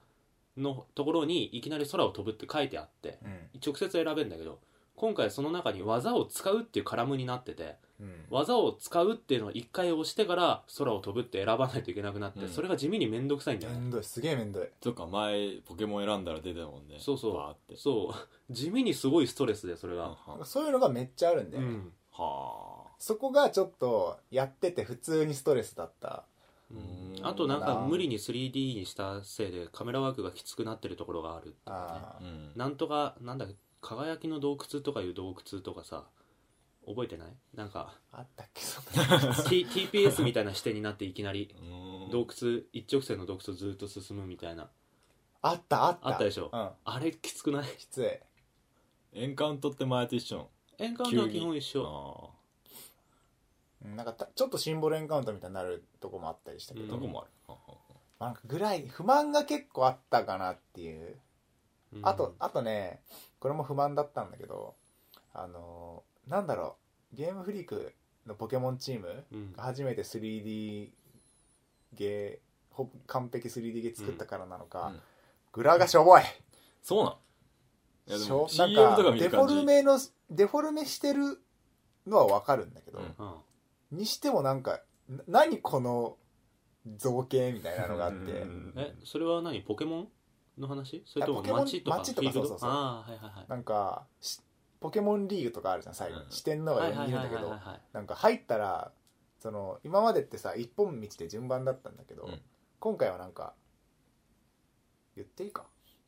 Speaker 3: のところにいきなり空を飛ぶって書いてあって
Speaker 2: うん
Speaker 3: 直接選べるんだけど今回その中に技を使うっていうカラムになってて
Speaker 2: うん
Speaker 3: 技を使うっていうのを一回押してから空を飛ぶって選ばないといけなくなって、
Speaker 1: うん
Speaker 3: それが地味に面倒くさいんだ
Speaker 2: め
Speaker 3: よね
Speaker 2: んどいすげえめんどい
Speaker 1: そっか前ポケモン選んだら出たもんね
Speaker 3: そうそう
Speaker 1: バーって
Speaker 3: そう 地味にすごいストレスでそれ
Speaker 1: うん
Speaker 3: が
Speaker 1: はあ
Speaker 2: そういうのがめっちゃあるんだ
Speaker 3: う
Speaker 2: よね、
Speaker 3: ん
Speaker 1: は
Speaker 2: そこがちょっとやってて普通にストレスだった
Speaker 1: うん
Speaker 3: あとなんか無理に 3D にしたせいでカメラワークがきつくなってるところがあるっていうね
Speaker 2: あ
Speaker 1: あうん
Speaker 3: なんとかなんだっけ輝きの洞窟とかいう洞窟とかさ覚えてないなんか
Speaker 2: ああったっけ そん
Speaker 3: T- TPS みたいな視点になっていきなり
Speaker 1: うん
Speaker 3: 洞窟一直線の洞窟をずっと進むみたいな
Speaker 2: あったあった
Speaker 3: あったでしょ
Speaker 2: うん
Speaker 3: あれきつくない
Speaker 2: きつい
Speaker 1: エンカウントって前と一緒
Speaker 3: エンカウントは基本一
Speaker 1: な
Speaker 3: 緒
Speaker 1: の
Speaker 2: うんなんかたちょっとシンボルエンカウントみたいになるとこもあったりしたけ
Speaker 1: あ
Speaker 3: う
Speaker 1: ー
Speaker 3: ん
Speaker 2: ど、
Speaker 1: どこもあるはあはあ
Speaker 2: なんかぐらい不満が結構あったかなっていう
Speaker 3: うん
Speaker 2: あとあとねこれも不満だったんだけどあのーなんだろうゲームフリークのポケモンチーム
Speaker 3: うん
Speaker 2: が初めて 3D ゲーほ完璧 3D ゲー作ったからなのか、
Speaker 1: うん
Speaker 2: グラがしょぼい
Speaker 1: そうなんいやで
Speaker 2: し
Speaker 1: も
Speaker 2: ょ
Speaker 1: CM
Speaker 2: なん
Speaker 1: とか
Speaker 2: か
Speaker 1: 見
Speaker 2: デ
Speaker 1: る
Speaker 2: フォ
Speaker 1: 感じ
Speaker 2: ルメのデフォルメしてるのはわかるんだけど、
Speaker 1: うん
Speaker 3: うん
Speaker 2: にしてもなんかな何この造形みたいなのがあっ
Speaker 1: うんうん
Speaker 2: て
Speaker 1: うん
Speaker 3: えそれは何ポケモンの話それとも
Speaker 2: いやポケモン
Speaker 3: 街とか
Speaker 2: 街とか
Speaker 3: フィールド
Speaker 2: そうそうそう
Speaker 3: ああはいはいはい
Speaker 2: なんかしポケモンリーグとかあるじゃん最
Speaker 1: う
Speaker 2: 後
Speaker 1: ん
Speaker 2: 四天王が
Speaker 3: はい
Speaker 2: 4人
Speaker 3: は
Speaker 2: いるん
Speaker 3: いは
Speaker 2: だ
Speaker 3: い
Speaker 2: け
Speaker 3: はい
Speaker 2: ど
Speaker 3: はい
Speaker 2: なんか入ったらその今までってさ一本道で順番だったんだけど、
Speaker 1: うん
Speaker 2: 今回はなんか言っていいか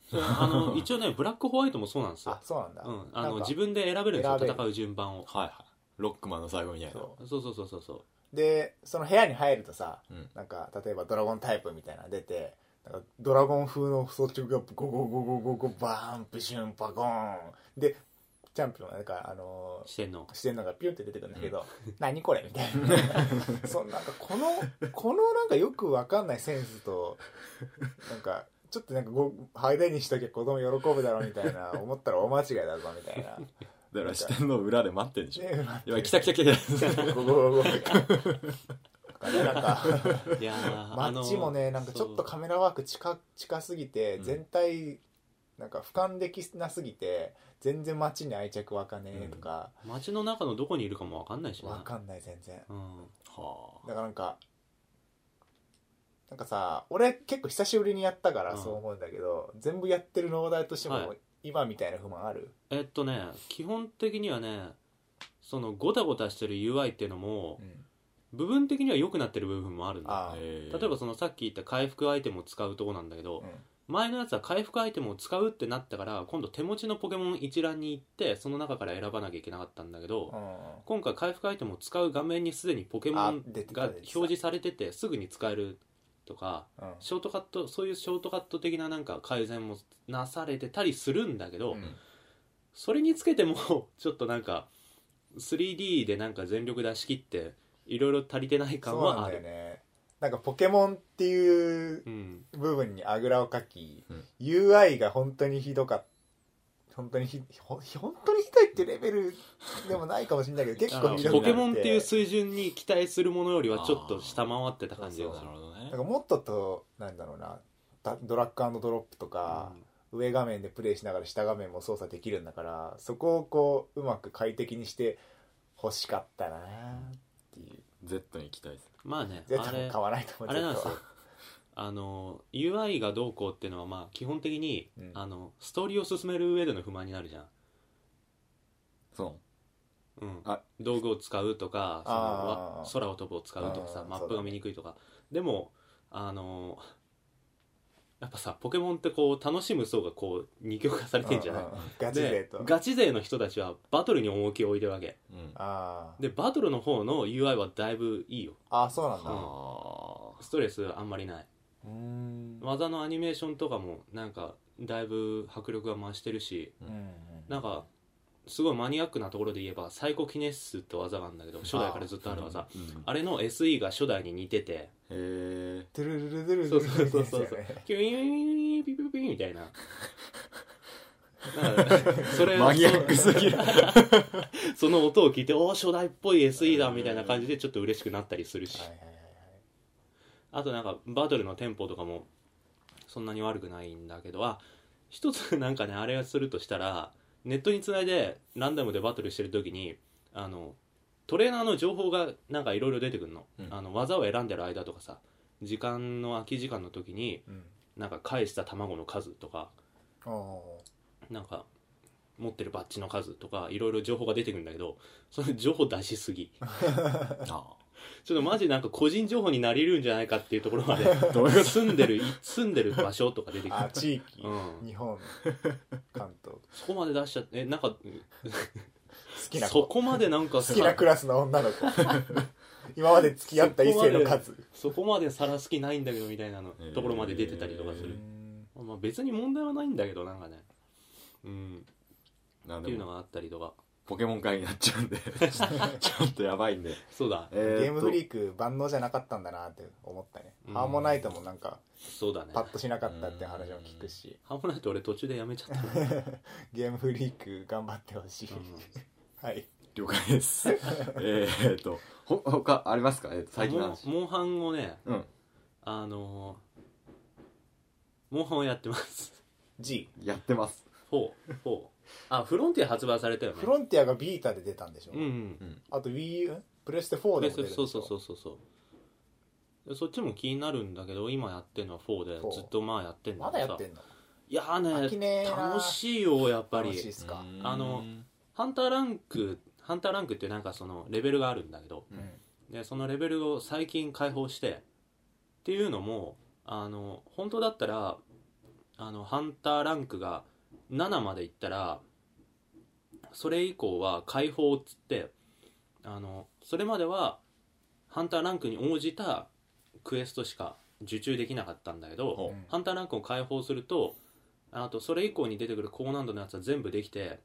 Speaker 3: それ あの一応ねブラックホワイトもそうなんですよ
Speaker 2: あ、そうなんだ、
Speaker 3: うん、あ
Speaker 2: な
Speaker 3: の
Speaker 2: んか
Speaker 3: 自分で選べるんですよ
Speaker 2: 選べる
Speaker 3: 戦う順番を
Speaker 1: はいはいロックマンの最後みたいな
Speaker 2: そ
Speaker 3: そうそうそうそうそう
Speaker 2: でその部屋に入るとさ
Speaker 1: うん
Speaker 2: なんか例えばドラゴンタイプみたいなの出てなんかドラゴン風の装着がゴゴゴゴゴゴバーンプシュンパゴーンでチャンピオンなんかあの
Speaker 3: うしてんの
Speaker 2: ー、してるのがピュンって出てくるんだけど「何これ」みたいなそうなんかこのこのなんかよくわかんないセンスとなんかちょっとなんかご派手にしときゃ子供喜ぶだろうみたいな思ったら大間違いだぞみたい
Speaker 1: だ
Speaker 2: な。
Speaker 1: から視点の裏で待ってんでしょ
Speaker 2: ね
Speaker 1: 今来た来た来た
Speaker 2: ゴゴゴゴみたいな。なんか
Speaker 3: いやー
Speaker 2: マ
Speaker 3: あの
Speaker 2: ッチもねなんかちょっとカメラワーク近近すぎて
Speaker 1: うん
Speaker 2: 全体なんか俯瞰できなすぎて全然街に愛着わかねえとか、
Speaker 3: そう街の中のどこにいるかもわかんないし
Speaker 2: わ
Speaker 3: な
Speaker 2: かんない全然
Speaker 3: うん
Speaker 1: は
Speaker 2: だからなんかなんかさ俺結構久しぶりにやったから
Speaker 3: うん
Speaker 2: そう思うんだけど、全部やってる農大として
Speaker 3: は
Speaker 2: も今みたいな不満ある、
Speaker 3: えっとね基本的にはねそのゴタゴタしてる UI っていうのも部分的には良くなってる部分もあるんだ
Speaker 2: あ
Speaker 1: あ
Speaker 2: あ、
Speaker 1: え
Speaker 3: 例えばそのさっき言った回復アイテムを使うとこなんだけど、
Speaker 2: うん
Speaker 3: 前のやつは回復アイテムを使うってなったから今度手持ちのポケモン一覧に行ってその中から選ばなきゃいけなかったんだけど、
Speaker 2: うん
Speaker 3: 今回回復アイテムを使う画面にすでにポケモ
Speaker 2: あ
Speaker 3: ン
Speaker 2: 出てた
Speaker 3: が
Speaker 2: 出て
Speaker 3: 表
Speaker 2: た
Speaker 3: 示されててすぐに使えるとか
Speaker 2: うん
Speaker 3: ショートカットそういうショートカット的ななんか改善もなされてたりするんだけど、
Speaker 1: うん
Speaker 3: それにつけても ちょっとなんか 3D でなんか全力出し切っていろいろ足りてない感
Speaker 2: そう
Speaker 3: は
Speaker 2: な
Speaker 3: あ
Speaker 2: んだよ
Speaker 3: る
Speaker 2: ねなんかポケモンっていう
Speaker 3: うん
Speaker 2: 部分にあぐらをかき、
Speaker 1: うん
Speaker 2: UI が本当にひどかった本当にひほ本当にひどいってレベルでもないかもしれないけど結構ひどくな
Speaker 3: ポケモンっていう水準に期待するものよりはちょっと下回ってた感じ
Speaker 1: なる
Speaker 3: が
Speaker 1: ほ
Speaker 3: する
Speaker 1: ど
Speaker 2: な
Speaker 1: ね
Speaker 2: んかもっととなんだろうなだドラッグドロップとか、上画面でプレイしながら下画面も操作できるんだからそこをこううまく快適にして欲しかったなっていう
Speaker 1: Z に期待する
Speaker 3: うんまあね
Speaker 2: 絶
Speaker 3: あ
Speaker 2: 対
Speaker 3: れ
Speaker 2: 買わないと思う
Speaker 3: あれなんです
Speaker 2: 絶
Speaker 3: よあの UI がどうこうっていうのはまあ基本的に、
Speaker 2: うん
Speaker 3: あのストーリーを進める上での不満になるじゃん、
Speaker 1: そ
Speaker 3: うん
Speaker 1: あ、
Speaker 3: 道具を使うとかその
Speaker 2: あー
Speaker 3: わ空を飛ぶを使うとかさ
Speaker 2: うん
Speaker 3: マッ
Speaker 2: そう
Speaker 3: プ
Speaker 2: だ
Speaker 3: が
Speaker 2: ね
Speaker 3: 見にくいとか、でもあのやっぱさポケモンってこう楽しむ層がこう二極化され
Speaker 2: は
Speaker 3: てんじゃない
Speaker 2: うんうんガチ勢
Speaker 3: で
Speaker 2: と
Speaker 3: ガチ勢の人たちはバトルに重きを置いてるわけ
Speaker 1: ううん
Speaker 2: ああー
Speaker 3: でバトルの方の UI はだいぶいいよ
Speaker 2: あーそうなんだ
Speaker 3: は
Speaker 1: あ
Speaker 3: ストレスあんまりない
Speaker 2: うん
Speaker 3: 技のアニメーションとかもなんかだいぶ迫力が増してるし
Speaker 2: うんうん
Speaker 3: なんかすごいマニアックなところで言えばサイコキネシスって技があるんだけど初代からずっとある技あ,、
Speaker 1: うん
Speaker 3: れの SE が初代に似てて
Speaker 1: へえ
Speaker 2: トゥルルルルルル
Speaker 3: そうそうそ
Speaker 2: そ
Speaker 3: うそうう
Speaker 2: そ
Speaker 3: そうう キュイーンピピピピみたいななん かそれ
Speaker 1: マニアックすぎる
Speaker 3: その音を聞いておー初代っぽい SE だみたいな感じでちょっと嬉しくなったりするし
Speaker 2: はいはいはい
Speaker 3: あとなんかバトルのテンポとかもそんなに悪くないんだけどあ一つなんかねあれをするとしたらネットにつないでランダムでバトルしてる時にあのトレーナーの情報がなんかいろいろ出てくるの,、
Speaker 1: うん
Speaker 3: あの技を選んでる間とかさ時間の空き時間の時に
Speaker 2: うん
Speaker 3: なんか返した卵の数とか
Speaker 2: おお
Speaker 3: なんか持ってるバッジの数とかいろいろ情報が出てくるんだけどその情報出しすぎ
Speaker 1: あ
Speaker 3: ちょっとマジなんか個人情報になりるんじゃないかっていうところまで
Speaker 1: どういうこ
Speaker 3: 住んでる住んでる場所とか出てく
Speaker 2: あ
Speaker 3: る
Speaker 2: 地域
Speaker 3: うん
Speaker 2: 日本関東好
Speaker 3: そこまで出しちゃってえなんか
Speaker 2: きな
Speaker 3: そ
Speaker 2: 子
Speaker 3: こまでなんか
Speaker 2: 好きな
Speaker 3: さ
Speaker 2: クラスの女の子 今まで付き合った異性の数
Speaker 3: そこまでさらす気ないんだけどみたいなの
Speaker 1: えー
Speaker 3: ところまで出てたりとかする、まあ、別に問題はないんだけどなんかねうん
Speaker 1: となん
Speaker 3: って
Speaker 1: で
Speaker 3: いうの
Speaker 1: も
Speaker 3: があったりとか
Speaker 1: ポケモン会になっちゃ うんでちょっとやばいんで
Speaker 3: そうだ
Speaker 1: えーっと
Speaker 2: ゲームフリーク万能じゃなかったんだなって思ったね
Speaker 3: うん
Speaker 2: ハーモナイトもなんか
Speaker 3: そうだね
Speaker 2: パッとしなかったって話も聞くし
Speaker 3: ハーモナイト俺途中でやめちゃったもん、
Speaker 2: ゲームフリーク頑張ってほしいはい
Speaker 1: 了解です えーっとほ他ありますか、えーっと最近の
Speaker 3: モン
Speaker 1: 話
Speaker 3: モンハンをね
Speaker 1: うん
Speaker 3: あのー、モンハンをやってます
Speaker 2: G
Speaker 1: やってます
Speaker 3: 4 4あフロンティア発売されたよね
Speaker 2: フロンティアがビータで出たんでしょ
Speaker 3: うんうん
Speaker 2: あと WiiU プレステ4でも出るんでし
Speaker 3: そ
Speaker 2: ょ
Speaker 3: うそうそうそうそうでそっちも気になるんだけど今やってんのは4で
Speaker 2: フォー
Speaker 3: ずっとまあやってんだ
Speaker 2: ま
Speaker 3: け
Speaker 2: だ
Speaker 3: ど
Speaker 2: や
Speaker 3: さ
Speaker 2: ってんの
Speaker 3: いや
Speaker 2: 飽きね
Speaker 3: ー
Speaker 2: え
Speaker 3: ね
Speaker 2: な
Speaker 3: 楽しいよやっぱ
Speaker 2: 楽しいっ
Speaker 3: り
Speaker 2: すか
Speaker 1: うん
Speaker 3: あのハンターランクハンターランクってなんかそのレベルがあるんだけど
Speaker 1: うん
Speaker 3: でそのレベルを最近解放してっていうのもあの本当だったらあのハンターランクが7までいったらそれ以降は解放っつってあのそれまではハンターランクに応じたクエストしか受注できなかったんだけど、
Speaker 1: お
Speaker 2: うん
Speaker 3: ハンターランクを解放するとあとそれ以降に出てくる高難度のやつは全部できて、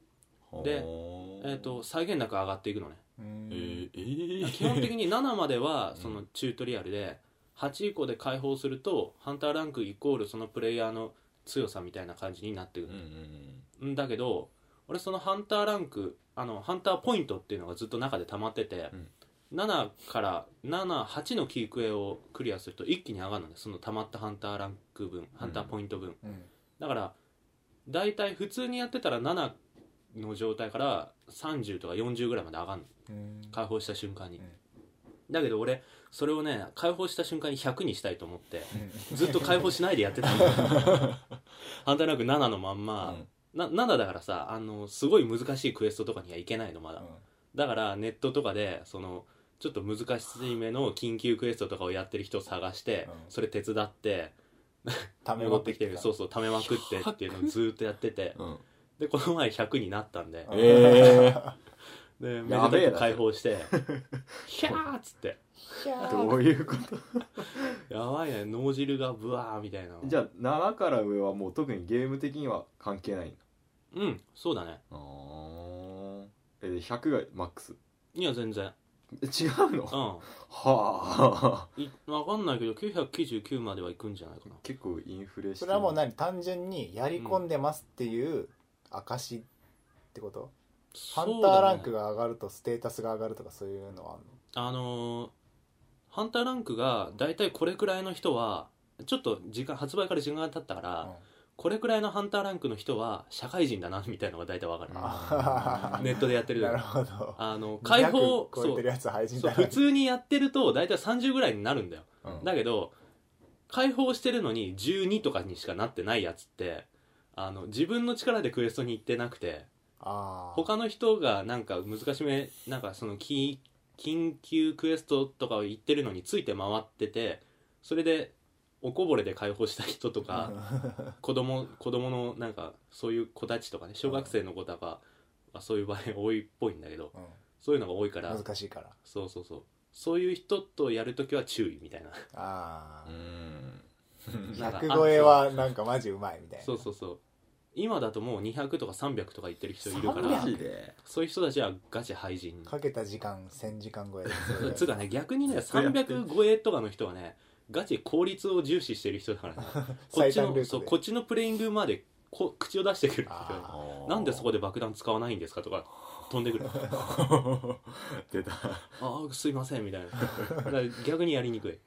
Speaker 3: で
Speaker 1: ほ
Speaker 3: えー、と再現なく上がっていくのね
Speaker 2: う
Speaker 1: え
Speaker 2: ん
Speaker 1: ー、え ー、
Speaker 3: 基本的に7までは
Speaker 1: うん
Speaker 3: そのチュートリアルで8以降で解放するとハンターランクイコールそのプレイヤーの強さみたいな感じになってく
Speaker 1: うんう
Speaker 3: る、
Speaker 1: ん
Speaker 3: んだけど俺そのハンターランクあのハンターポイントっていうのがずっと中で溜まってて、7から78のキークエをクリアすると一気に上がるのねその溜まったハンターランク分ハンターポイント分、
Speaker 2: うん
Speaker 3: だから大体普通にやってたら7の状態から30とか40ぐらいまで上がるの
Speaker 2: うん
Speaker 3: 解放した瞬間に、
Speaker 2: うん
Speaker 3: だけど俺それをね解放した瞬間に100にしたいと思ってずっと解放しないでやってたんだよハンターランク7のまん
Speaker 1: う
Speaker 3: ま、
Speaker 1: ん
Speaker 3: な7だからさあのすごい難しいクエストとかにはいけないのまだ、だからネットとかでそのちょっと難しいめの緊急クエストとかをやってる人を探して、
Speaker 2: うん
Speaker 3: それ手伝って
Speaker 2: ため持
Speaker 3: 戻
Speaker 2: っ
Speaker 3: ってて
Speaker 2: き
Speaker 3: き
Speaker 2: て
Speaker 3: て
Speaker 2: る
Speaker 3: るそうそう溜めまくってっていうのをずーっとやってて
Speaker 1: うん
Speaker 3: でこの前100になったんで
Speaker 2: うん
Speaker 1: えー、
Speaker 3: でめで
Speaker 1: や
Speaker 3: た
Speaker 1: べえな
Speaker 3: く解放して「 ひゃー!」っつって
Speaker 1: どういうこと
Speaker 3: やばいね脳汁がブワーみたいな
Speaker 1: じゃあ7から上はもう特にゲーム的には関係ないんだ
Speaker 3: うんそうだね
Speaker 1: あーえー、100がマックス
Speaker 3: いや全然
Speaker 1: え違うの
Speaker 3: う
Speaker 1: は
Speaker 3: ん
Speaker 1: あ
Speaker 3: い分かんないけど999まではいくんじゃないかな
Speaker 1: 結構インフレして
Speaker 2: そ
Speaker 1: る
Speaker 2: れはもう何単純にやり込んでますっていう証ってこと、ハンターランク
Speaker 3: が
Speaker 2: が上がるとステータスが上がるとかそういうのはあるの
Speaker 3: あのーハンターランクがだいたいこれくらいの人はちょっと時間発売から時間が経ったから、
Speaker 2: うん
Speaker 3: これくらいのハンターランクの人は社会人だなみたいなのが大体わかる、
Speaker 2: あ
Speaker 3: ネットでやってる
Speaker 2: なるほど
Speaker 3: あの解放
Speaker 2: 200超えてるやつ配信
Speaker 3: そう
Speaker 2: だ
Speaker 3: 普通にやってると大体30ぐらいになるんだよ、
Speaker 1: うん
Speaker 3: だけど解放してるのに12とかにしかなってないやつってあの自分の力でクエストに行ってなくて
Speaker 2: あー
Speaker 3: 他の人がなんか難しめなんかそのキー緊急クエストとかを言ってるのについて回っててそれでおこぼれで解放した人とか子供子供のなんかそういう子たちとかね小学生の子とかはそういう場合多いっぽいんだけど
Speaker 2: うん
Speaker 3: そういうのが多い から
Speaker 2: 難しいから
Speaker 3: そうそうそうそういう人とやるときは注意みたいな
Speaker 2: あ
Speaker 1: う
Speaker 2: あ
Speaker 1: ん
Speaker 3: なんか
Speaker 2: 100超えはなんかマジうまいみたいな
Speaker 3: そうそうそう今だともう200とか300とか言ってる人いるか
Speaker 1: マ
Speaker 3: ら
Speaker 1: ジで
Speaker 3: そういう人たちはガチ廃人
Speaker 2: かけた時間1000時間超え で
Speaker 3: つうかね逆にね300超えとかの人はねガチ効率を重視してる人だ からねこっ
Speaker 2: 最
Speaker 3: ち
Speaker 2: 短ルート
Speaker 3: の
Speaker 2: で
Speaker 3: そうこっちのプレイングまでこ口を出してくる人
Speaker 2: あ
Speaker 3: なんでそこ
Speaker 1: で
Speaker 3: で爆弾使わないんですかとか飛んでく るあ
Speaker 1: 出た
Speaker 3: あすいませんみたいなだから逆にやりにくい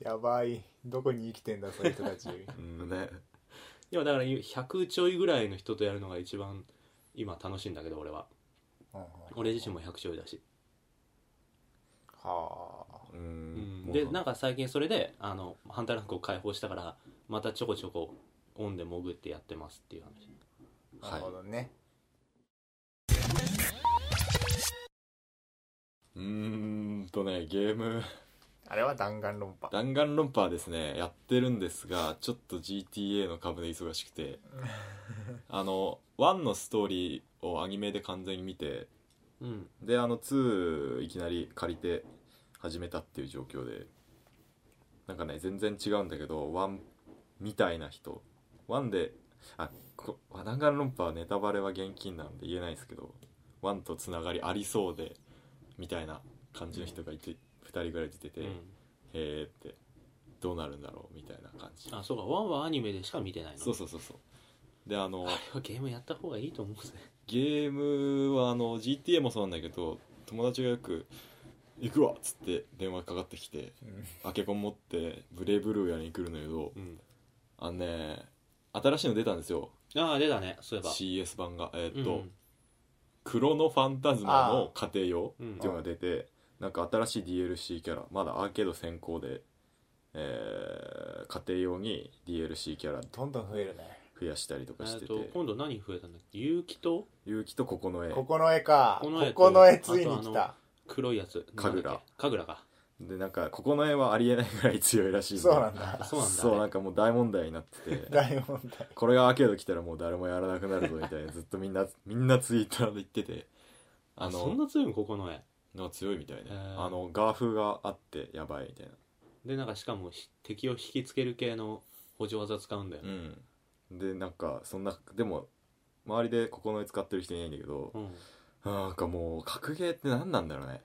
Speaker 2: やばいどこに生きてんだそういう人 たち
Speaker 1: うんね
Speaker 3: でもだから100ちょいぐらいの人とやるのが一番今楽しいんだけど俺は俺自身
Speaker 2: も
Speaker 3: も100ちょいだし、
Speaker 2: はあ
Speaker 1: う
Speaker 3: うん
Speaker 1: ん
Speaker 3: でな
Speaker 1: か
Speaker 3: んか最近それであのハンターランクを解放したからまたちょこちょこオンで潜ってやってますっていう話
Speaker 1: はい
Speaker 2: なるほどね、
Speaker 1: うーんとねゲーム
Speaker 2: あれは弾丸論破
Speaker 1: 弾丸論破はですねやってるんですがちょっと GTA の株で忙しくて あの1のストーリーをアニメで完全に見て
Speaker 3: うん
Speaker 1: であの2いきなり借りて始めたっていう状況でなんかね全然違うんだけど1みたいな人1であこ弾丸論破はネタバレは厳禁なんで言えないですけど1とつながりありそうでみたいな感じの人がいて、2人ぐらい出てて、
Speaker 3: うん
Speaker 1: へーってどうなるんだろうみたいな感じ
Speaker 3: あそうかワンはアニメでしか見てないの
Speaker 1: そうそうそうそうであの
Speaker 3: あれはゲームやった方がいいと思うぜ
Speaker 1: ゲームはあの GTA もそうなんだけど友達がよく「行くわ!」っつって電話かかってきて
Speaker 2: うん
Speaker 1: アケコン持ってブレイブルーやりに来るんだけど
Speaker 3: うん
Speaker 1: あのね新しいの出たんですよ
Speaker 3: ああ出たねそういえば
Speaker 1: CS 版がえーっ
Speaker 3: う
Speaker 1: と
Speaker 3: ん
Speaker 1: 「クロノファンタズマ」の家庭用
Speaker 3: うん
Speaker 1: っていうのが出てなんか新しい DLC キャラまだアーケード先行で、えー家庭用に DLC キャラ
Speaker 2: どんどん増えるね
Speaker 1: 増やしたりとかし
Speaker 3: え
Speaker 1: て
Speaker 3: ってと今度何増えたんだっけ結城と
Speaker 1: 結城とここの絵
Speaker 2: ここの絵か
Speaker 3: こ
Speaker 2: こ
Speaker 3: この絵
Speaker 2: こ
Speaker 3: と
Speaker 2: の絵ついに来た
Speaker 3: 黒いやつ
Speaker 1: 神楽
Speaker 3: なんだっけ神楽か
Speaker 1: でなんかここの絵はありえないぐらい強いらしいんで
Speaker 2: そうなんだ
Speaker 3: あそうなんだ
Speaker 1: そうなんかもう大問題になって て
Speaker 2: 大問題
Speaker 1: これがアーケード来たらもう誰もやらなくなるぞみたい なずっとみんなみんなツイッターで言っててあ
Speaker 3: あそん
Speaker 1: の
Speaker 3: な強いのここの絵
Speaker 1: の強いみたいね
Speaker 3: へー
Speaker 1: あの画風があってやばいみたいな
Speaker 3: でなんかしかもひ敵を引きつける系の補助技使うんだよね
Speaker 1: うんでなんかそんなでも周りでここの絵使ってる人いないんだけど
Speaker 3: うん
Speaker 1: なんかもう格ゲーって何なんだろう ね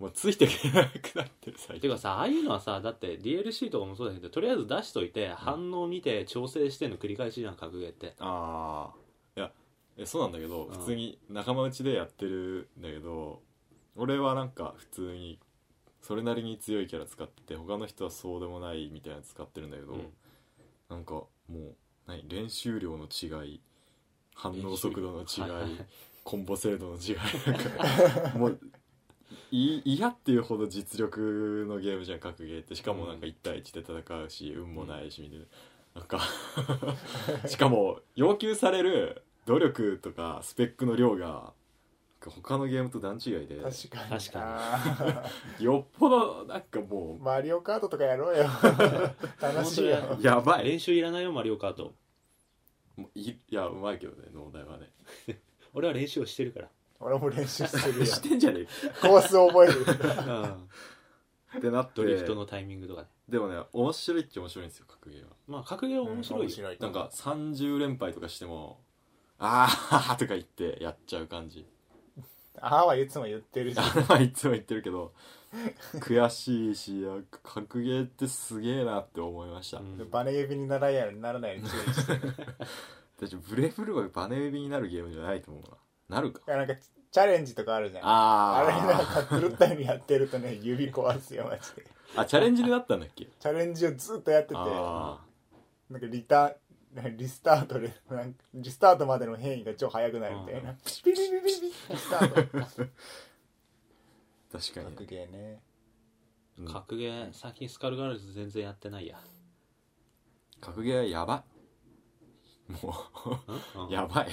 Speaker 1: もうついていけなくなってる最
Speaker 3: て
Speaker 1: 近
Speaker 3: かさああいうのはさだって DLC とかもそうだけどとりあえず出しといて反応見て調整しての繰り返しじゃん格ゲーって
Speaker 1: ああいやえそうなんだけど
Speaker 3: うん
Speaker 1: 普通に仲間内でやってるんだけど俺はなんか普通にそれなりに強いキャラ使ってて他の人はそうでもないみたいなの使ってるんだけど、
Speaker 3: うん
Speaker 1: なんかもう何練習量の違い反応速度の違い、
Speaker 3: はいはいはい
Speaker 1: コンボ精度の違いなん かもうい嫌っていうほど実力のゲームじゃん格ゲーってしかもなんか1対1で戦うし、運もないしみたいななんかしかも要求される努力とかスペックの量が他のゲームと段違いで
Speaker 2: 確かにな
Speaker 3: 確
Speaker 1: よっぽどなんかも
Speaker 2: マリオカートとかやろう よ楽しいよ
Speaker 3: 本
Speaker 1: うやばい
Speaker 3: 練習いらないよマリオカート
Speaker 1: もういいやうまいけどね脳内はね
Speaker 3: 俺は練習をしてるから
Speaker 2: 俺も練習してる よ
Speaker 1: してんじゃねえ
Speaker 2: コース覚える
Speaker 3: うん
Speaker 1: ってなって
Speaker 3: ドリフトのタイミングとかね
Speaker 1: でもね面白いっちゃ面白いんですよ格ゲーは
Speaker 3: まあ格ゲーは面白いよ、
Speaker 2: い
Speaker 1: なんか30連敗とかしても「ああ」 とか言ってやっちゃう感じ
Speaker 2: ああはいつも言ってるし
Speaker 1: いつも言ってるけど悔しいしいや格ゲーってすげえなって思いました、
Speaker 3: うん
Speaker 2: バネ指にならないようにならないように注意してい
Speaker 1: 私ブレイブルーはバネ指になるゲームじゃないと思うななるか
Speaker 2: やなんかチャレンジとかあるじゃんあれなん
Speaker 1: あ
Speaker 2: か狂ったようにやってるとね指壊すよマジで
Speaker 1: ーあチャレンジになったんだっけ
Speaker 2: チャレンジをずっとやってて
Speaker 1: あ
Speaker 2: なんかリタなんかリスタートでなんかリスタートまでの変異が超早くなるみたいなピリピリピリピリスタート
Speaker 1: ー確かに
Speaker 2: 格、ゲーね
Speaker 1: うん
Speaker 3: 格ゲー最近スカルガールズ全然やってないや、
Speaker 1: 格ゲーはやばいもう
Speaker 3: うん、
Speaker 1: やばい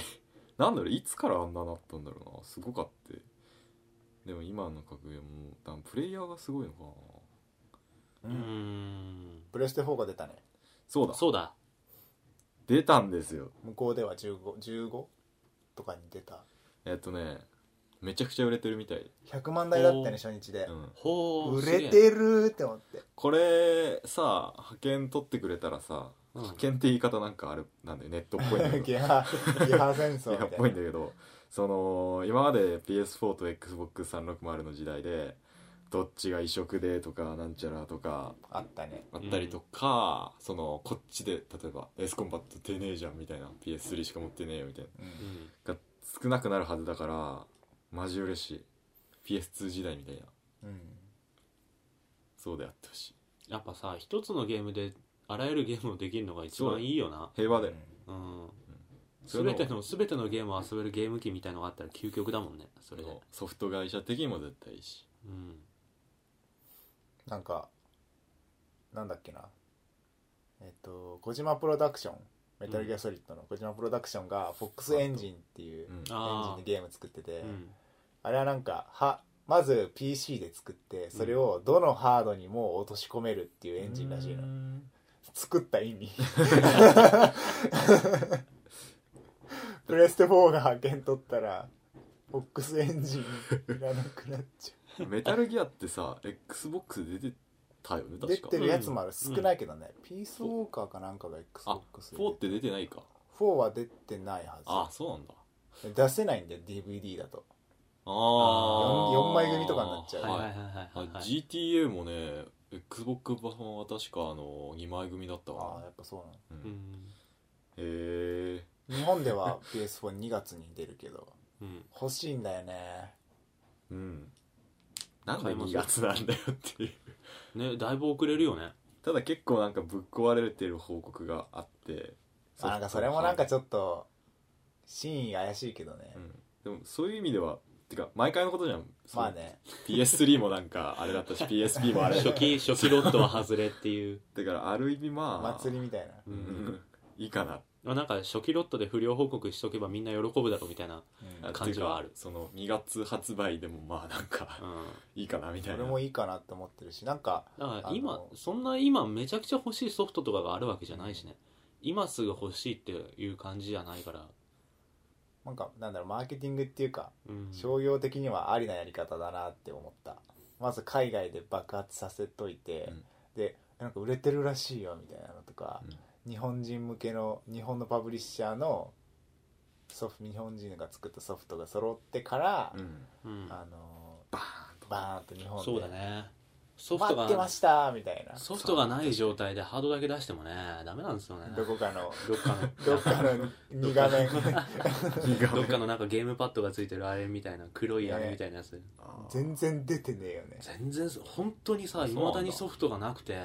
Speaker 1: なんだろういつからあんななったんだろうなすごかってでも今の格ゲーも多分プレイヤーがすごいのかな
Speaker 3: うーん
Speaker 2: プレステ4が出たね
Speaker 1: そうだ
Speaker 3: そうだ
Speaker 1: 出たんですよ
Speaker 2: 向こうでは 15, 15とかに出た
Speaker 1: えっとねめちゃくちゃ売れてるみたい、
Speaker 2: 100万台だったね初日で
Speaker 1: う、ん、
Speaker 3: ほ
Speaker 2: 売
Speaker 3: う
Speaker 2: れ
Speaker 3: すげえ
Speaker 2: てるって思って
Speaker 1: これさ派遣取ってくれたらさ、
Speaker 3: うん
Speaker 1: 派遣って言い方なんかあるなんだよネットっぽいんだけど
Speaker 2: ゲハゲハ
Speaker 1: い
Speaker 2: 戦争みた
Speaker 1: や
Speaker 2: い
Speaker 1: っ
Speaker 2: な
Speaker 1: ぽいんだけどその今まで PS4 と XBOX360 の時代でどっちが移植でとかなんちゃらとか
Speaker 2: あったね
Speaker 1: あったりとか、そのこっちで例えば「エスコンバット出ねえじゃん」みたいな PS3 しか持ってねえよみたい
Speaker 2: うん
Speaker 3: うん
Speaker 1: なが少なくなるはずだからマジ嬉しい PS2 時代みたいな
Speaker 2: うん
Speaker 1: そうであってほしい
Speaker 3: やっぱさ一つのゲームであらゆるゲームをできるのが一番いいよな
Speaker 1: 平和だよ、
Speaker 3: うん
Speaker 1: そういう
Speaker 3: 全
Speaker 1: の
Speaker 3: ての全てのゲームを遊べるゲーム機みたいのがあったら究極だもんねそれで
Speaker 1: のソフト会社的にも絶対いいし
Speaker 3: うん
Speaker 2: なんかなんだっけなえっと小島プロダクションメタルギアソリッドの小島プロダクションが FOX エンジンっていうエン
Speaker 1: うん
Speaker 2: ジ
Speaker 3: あ
Speaker 2: ンで
Speaker 3: あ
Speaker 2: ゲーム作ってて、
Speaker 3: うん
Speaker 2: あれはなんかはまず PC で作ってそれをどのハードにも落とし込めるっていうエンジンらしいの、作った意味プレステ4が派遣取ったら FOX エンジンいらなくなっちゃ
Speaker 1: メタルギアってさ XBOX で出てたよね
Speaker 2: う
Speaker 1: 確
Speaker 2: 出
Speaker 1: か
Speaker 2: てるやつもある
Speaker 3: うん
Speaker 2: 少ないけどね、ピースウォーカーかなんかが XBOX で
Speaker 1: 4って出てないか
Speaker 2: 4は出てない
Speaker 1: あ
Speaker 2: は
Speaker 1: そうなんだ
Speaker 2: ず出せないんだよ DVD だと
Speaker 1: あ
Speaker 3: あ
Speaker 1: あ
Speaker 2: ー四四枚組とかになっちゃう
Speaker 3: はいはい
Speaker 1: は
Speaker 3: はい
Speaker 1: い
Speaker 3: はいはい、
Speaker 1: あ GTA もね XBOX 版は確かあの2枚組だった
Speaker 2: あ
Speaker 1: わ
Speaker 2: あやっぱそうなの
Speaker 1: う
Speaker 3: うんん
Speaker 1: へえ
Speaker 2: 日本では PS42 月に出るけど
Speaker 3: うん
Speaker 2: 欲しいんだよね
Speaker 1: うんなんで
Speaker 3: 買いま
Speaker 1: 2
Speaker 3: しょう
Speaker 1: 月なんだよっていう
Speaker 3: ねだいぶ遅れるよね
Speaker 1: ただ結構なんかぶっ壊れてる報告があって
Speaker 2: あなんかそれもなんか
Speaker 1: ょ
Speaker 2: ちょっと真意怪しいけどね、
Speaker 1: でもそういう意味ではてか毎回のことじゃん
Speaker 2: まあね
Speaker 1: そう PS3 もなんかあれだったし PSP もあれだ
Speaker 3: 初期初期ロットは外れっていう
Speaker 1: だからある意味まあ
Speaker 2: 祭りみたいな
Speaker 3: う
Speaker 1: うんんいいかな
Speaker 3: まあなんか初期ロットで不良報告しとけばみんな喜ぶだろうみたいな、
Speaker 2: うん
Speaker 3: 感じはある
Speaker 1: っていうかその2月発売でもまあなん
Speaker 3: う
Speaker 1: か
Speaker 3: ん、
Speaker 1: いいかなみたい
Speaker 2: 俺
Speaker 1: な
Speaker 2: もいいかなって思ってるしなんか
Speaker 3: だから今
Speaker 2: あの
Speaker 3: そんな今めちゃくちゃ欲しいソフトとかがあるわけじゃないしね今すぐ欲しいっていう感じじゃないから、
Speaker 2: なんかなんだろうマーケティングっていうか
Speaker 3: うん、
Speaker 2: 商業的にはありなやり方だなって思ったまず海外で爆発させといて、
Speaker 1: うん
Speaker 2: でなんか売れてるらしいよみたいなのとか、
Speaker 1: う
Speaker 2: 日本人向けの日本のパブリッシャーのソフ日本人が作ったソフトが揃ってから、
Speaker 1: うん
Speaker 3: うん
Speaker 2: あの
Speaker 1: バーンと
Speaker 2: ーバーンと日本で
Speaker 3: そうだねソフト
Speaker 2: 待って
Speaker 3: が
Speaker 2: ましたみたいな
Speaker 3: ソフトがない状態でハードだけ出してもねダメなんですよね
Speaker 2: どこかの
Speaker 3: どっかの
Speaker 2: どっ かの2画面
Speaker 3: どっかのなんかゲームパッドがついてるあれみたいな黒いあれみたいなやつ、
Speaker 1: あー
Speaker 2: 全然出てねえよね
Speaker 3: 全然 そ本当にさ
Speaker 1: そう
Speaker 3: い
Speaker 1: なんだ
Speaker 3: まだにソフトがなくて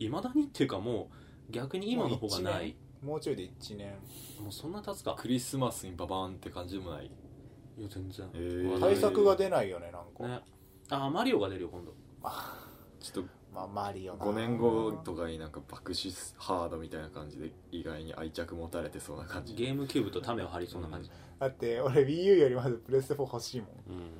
Speaker 3: いまだにっていうかもう逆に今の方がない
Speaker 2: もうちょいで1年
Speaker 3: もうそんな経つか
Speaker 1: クリスマスにババーンって感じでもない
Speaker 3: いや全然、
Speaker 1: へー
Speaker 2: 対策が出ないよねなんか、
Speaker 3: ねあマリオが出るよ今度
Speaker 1: ちょっ
Speaker 2: まあマリオ
Speaker 1: と5
Speaker 2: な
Speaker 1: 年後とかになんか爆死ハードみたいな感じで意外に愛着持たれてそうな感じ
Speaker 3: ゲームキューブとタメを張りそうな感じ、
Speaker 2: だって俺 WiiU よりまずプレステ4欲しいもん
Speaker 3: うん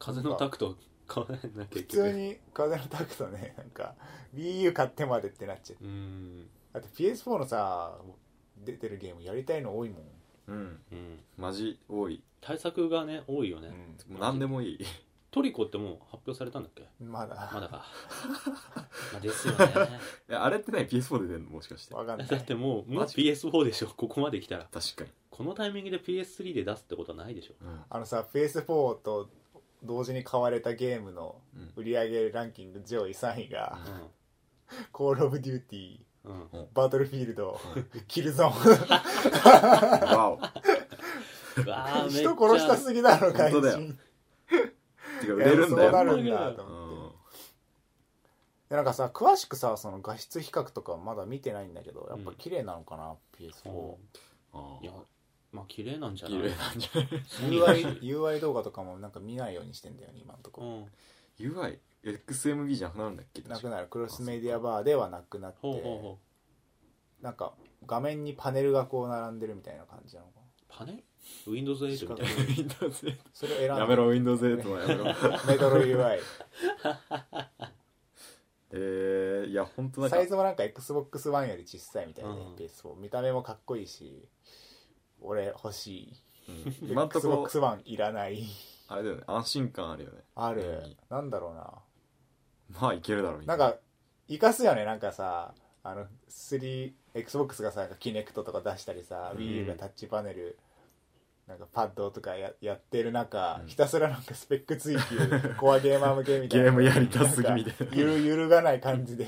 Speaker 3: 風のタクト変わらないな
Speaker 2: 普
Speaker 3: 結局
Speaker 2: 通に風のタクトね なんか WiiU 買ってまでってなっちゃう
Speaker 3: うん
Speaker 2: だって PS4 のさ出てるゲームやりたいの多いもん、
Speaker 1: うん
Speaker 3: うん
Speaker 1: マジ多い
Speaker 3: 対策がね多いよね、
Speaker 2: う
Speaker 1: もう何でもいい
Speaker 3: トリコってもう発表されたんだっけ
Speaker 2: ん、まだ
Speaker 3: まだ かまあですよね
Speaker 1: えあれって何 PS4 で出るのもしかして
Speaker 2: わかんない
Speaker 3: だってもうもう
Speaker 1: マジ
Speaker 3: PS4 でしょここまで来たら
Speaker 1: 確かに
Speaker 3: このタイミングで PS3 で出すってことはないでしょ
Speaker 1: うん
Speaker 2: あのさ PS4 と同時に買われたゲームの
Speaker 1: うん
Speaker 2: 売り上げランキング上位3位が
Speaker 1: う
Speaker 2: 「コール・オブ・デューティー」
Speaker 3: うんうん
Speaker 2: 「バトルフィールド」「キルゾーン
Speaker 1: わお
Speaker 3: う わ」ーめっちゃ
Speaker 2: 人殺したすぎだろ怪
Speaker 1: 本当だよ
Speaker 2: 人
Speaker 1: てか売れるんだ
Speaker 2: そうな
Speaker 1: よ
Speaker 2: るんだと
Speaker 1: う
Speaker 2: 思って
Speaker 1: ん
Speaker 2: でなんかさ詳しくさその画質比較とかまだ見てないんだけどやっぱ
Speaker 3: うん
Speaker 2: 綺麗なのかな、PS4
Speaker 1: あー
Speaker 3: いやまあ綺麗なんじゃな
Speaker 1: 綺
Speaker 3: い
Speaker 1: 麗なんじゃない
Speaker 2: UI, UI 動画とかもなんか見ないようにしてんだよね今のと
Speaker 3: う
Speaker 2: こ、
Speaker 3: ん
Speaker 1: UI XMB じゃなくなるんだっけ
Speaker 2: な
Speaker 1: 確
Speaker 2: く
Speaker 1: か
Speaker 2: なるクロスメディアバーではなくなって
Speaker 3: ほうほうほう
Speaker 2: なんか画面にパネルがこう並んでるみたいな感じなのかな
Speaker 3: パネル ?Windows8 みたいな
Speaker 1: Windows 8
Speaker 2: それ選んだ
Speaker 1: やめろ Windows8 はやめろ
Speaker 2: メトロ UI
Speaker 1: えー、いや本当なんか
Speaker 2: サイズもなんか XBOX1 より小さいみたいな、ね
Speaker 3: うん
Speaker 2: PS4 見た目もかっこいいし俺欲しい
Speaker 1: うん今んとこ
Speaker 2: XBOX1 いらない
Speaker 1: あれだよね安心感あるよね
Speaker 2: あ
Speaker 1: う
Speaker 2: る
Speaker 1: ん
Speaker 2: なんだろうな
Speaker 1: まあいけるだろうみた
Speaker 2: ないんか生かすよねなんかさあの 3XBOX がさキネクトとか出したりさ
Speaker 1: うん
Speaker 2: WiiU がタッチパネルなんかパッドとかややってる中、
Speaker 1: うん
Speaker 2: ひたすらなんかスペック追求コアゲーマー向けみたいな
Speaker 1: ゲームやりたすぎみたいな
Speaker 2: なんかゆる揺るがない感じで、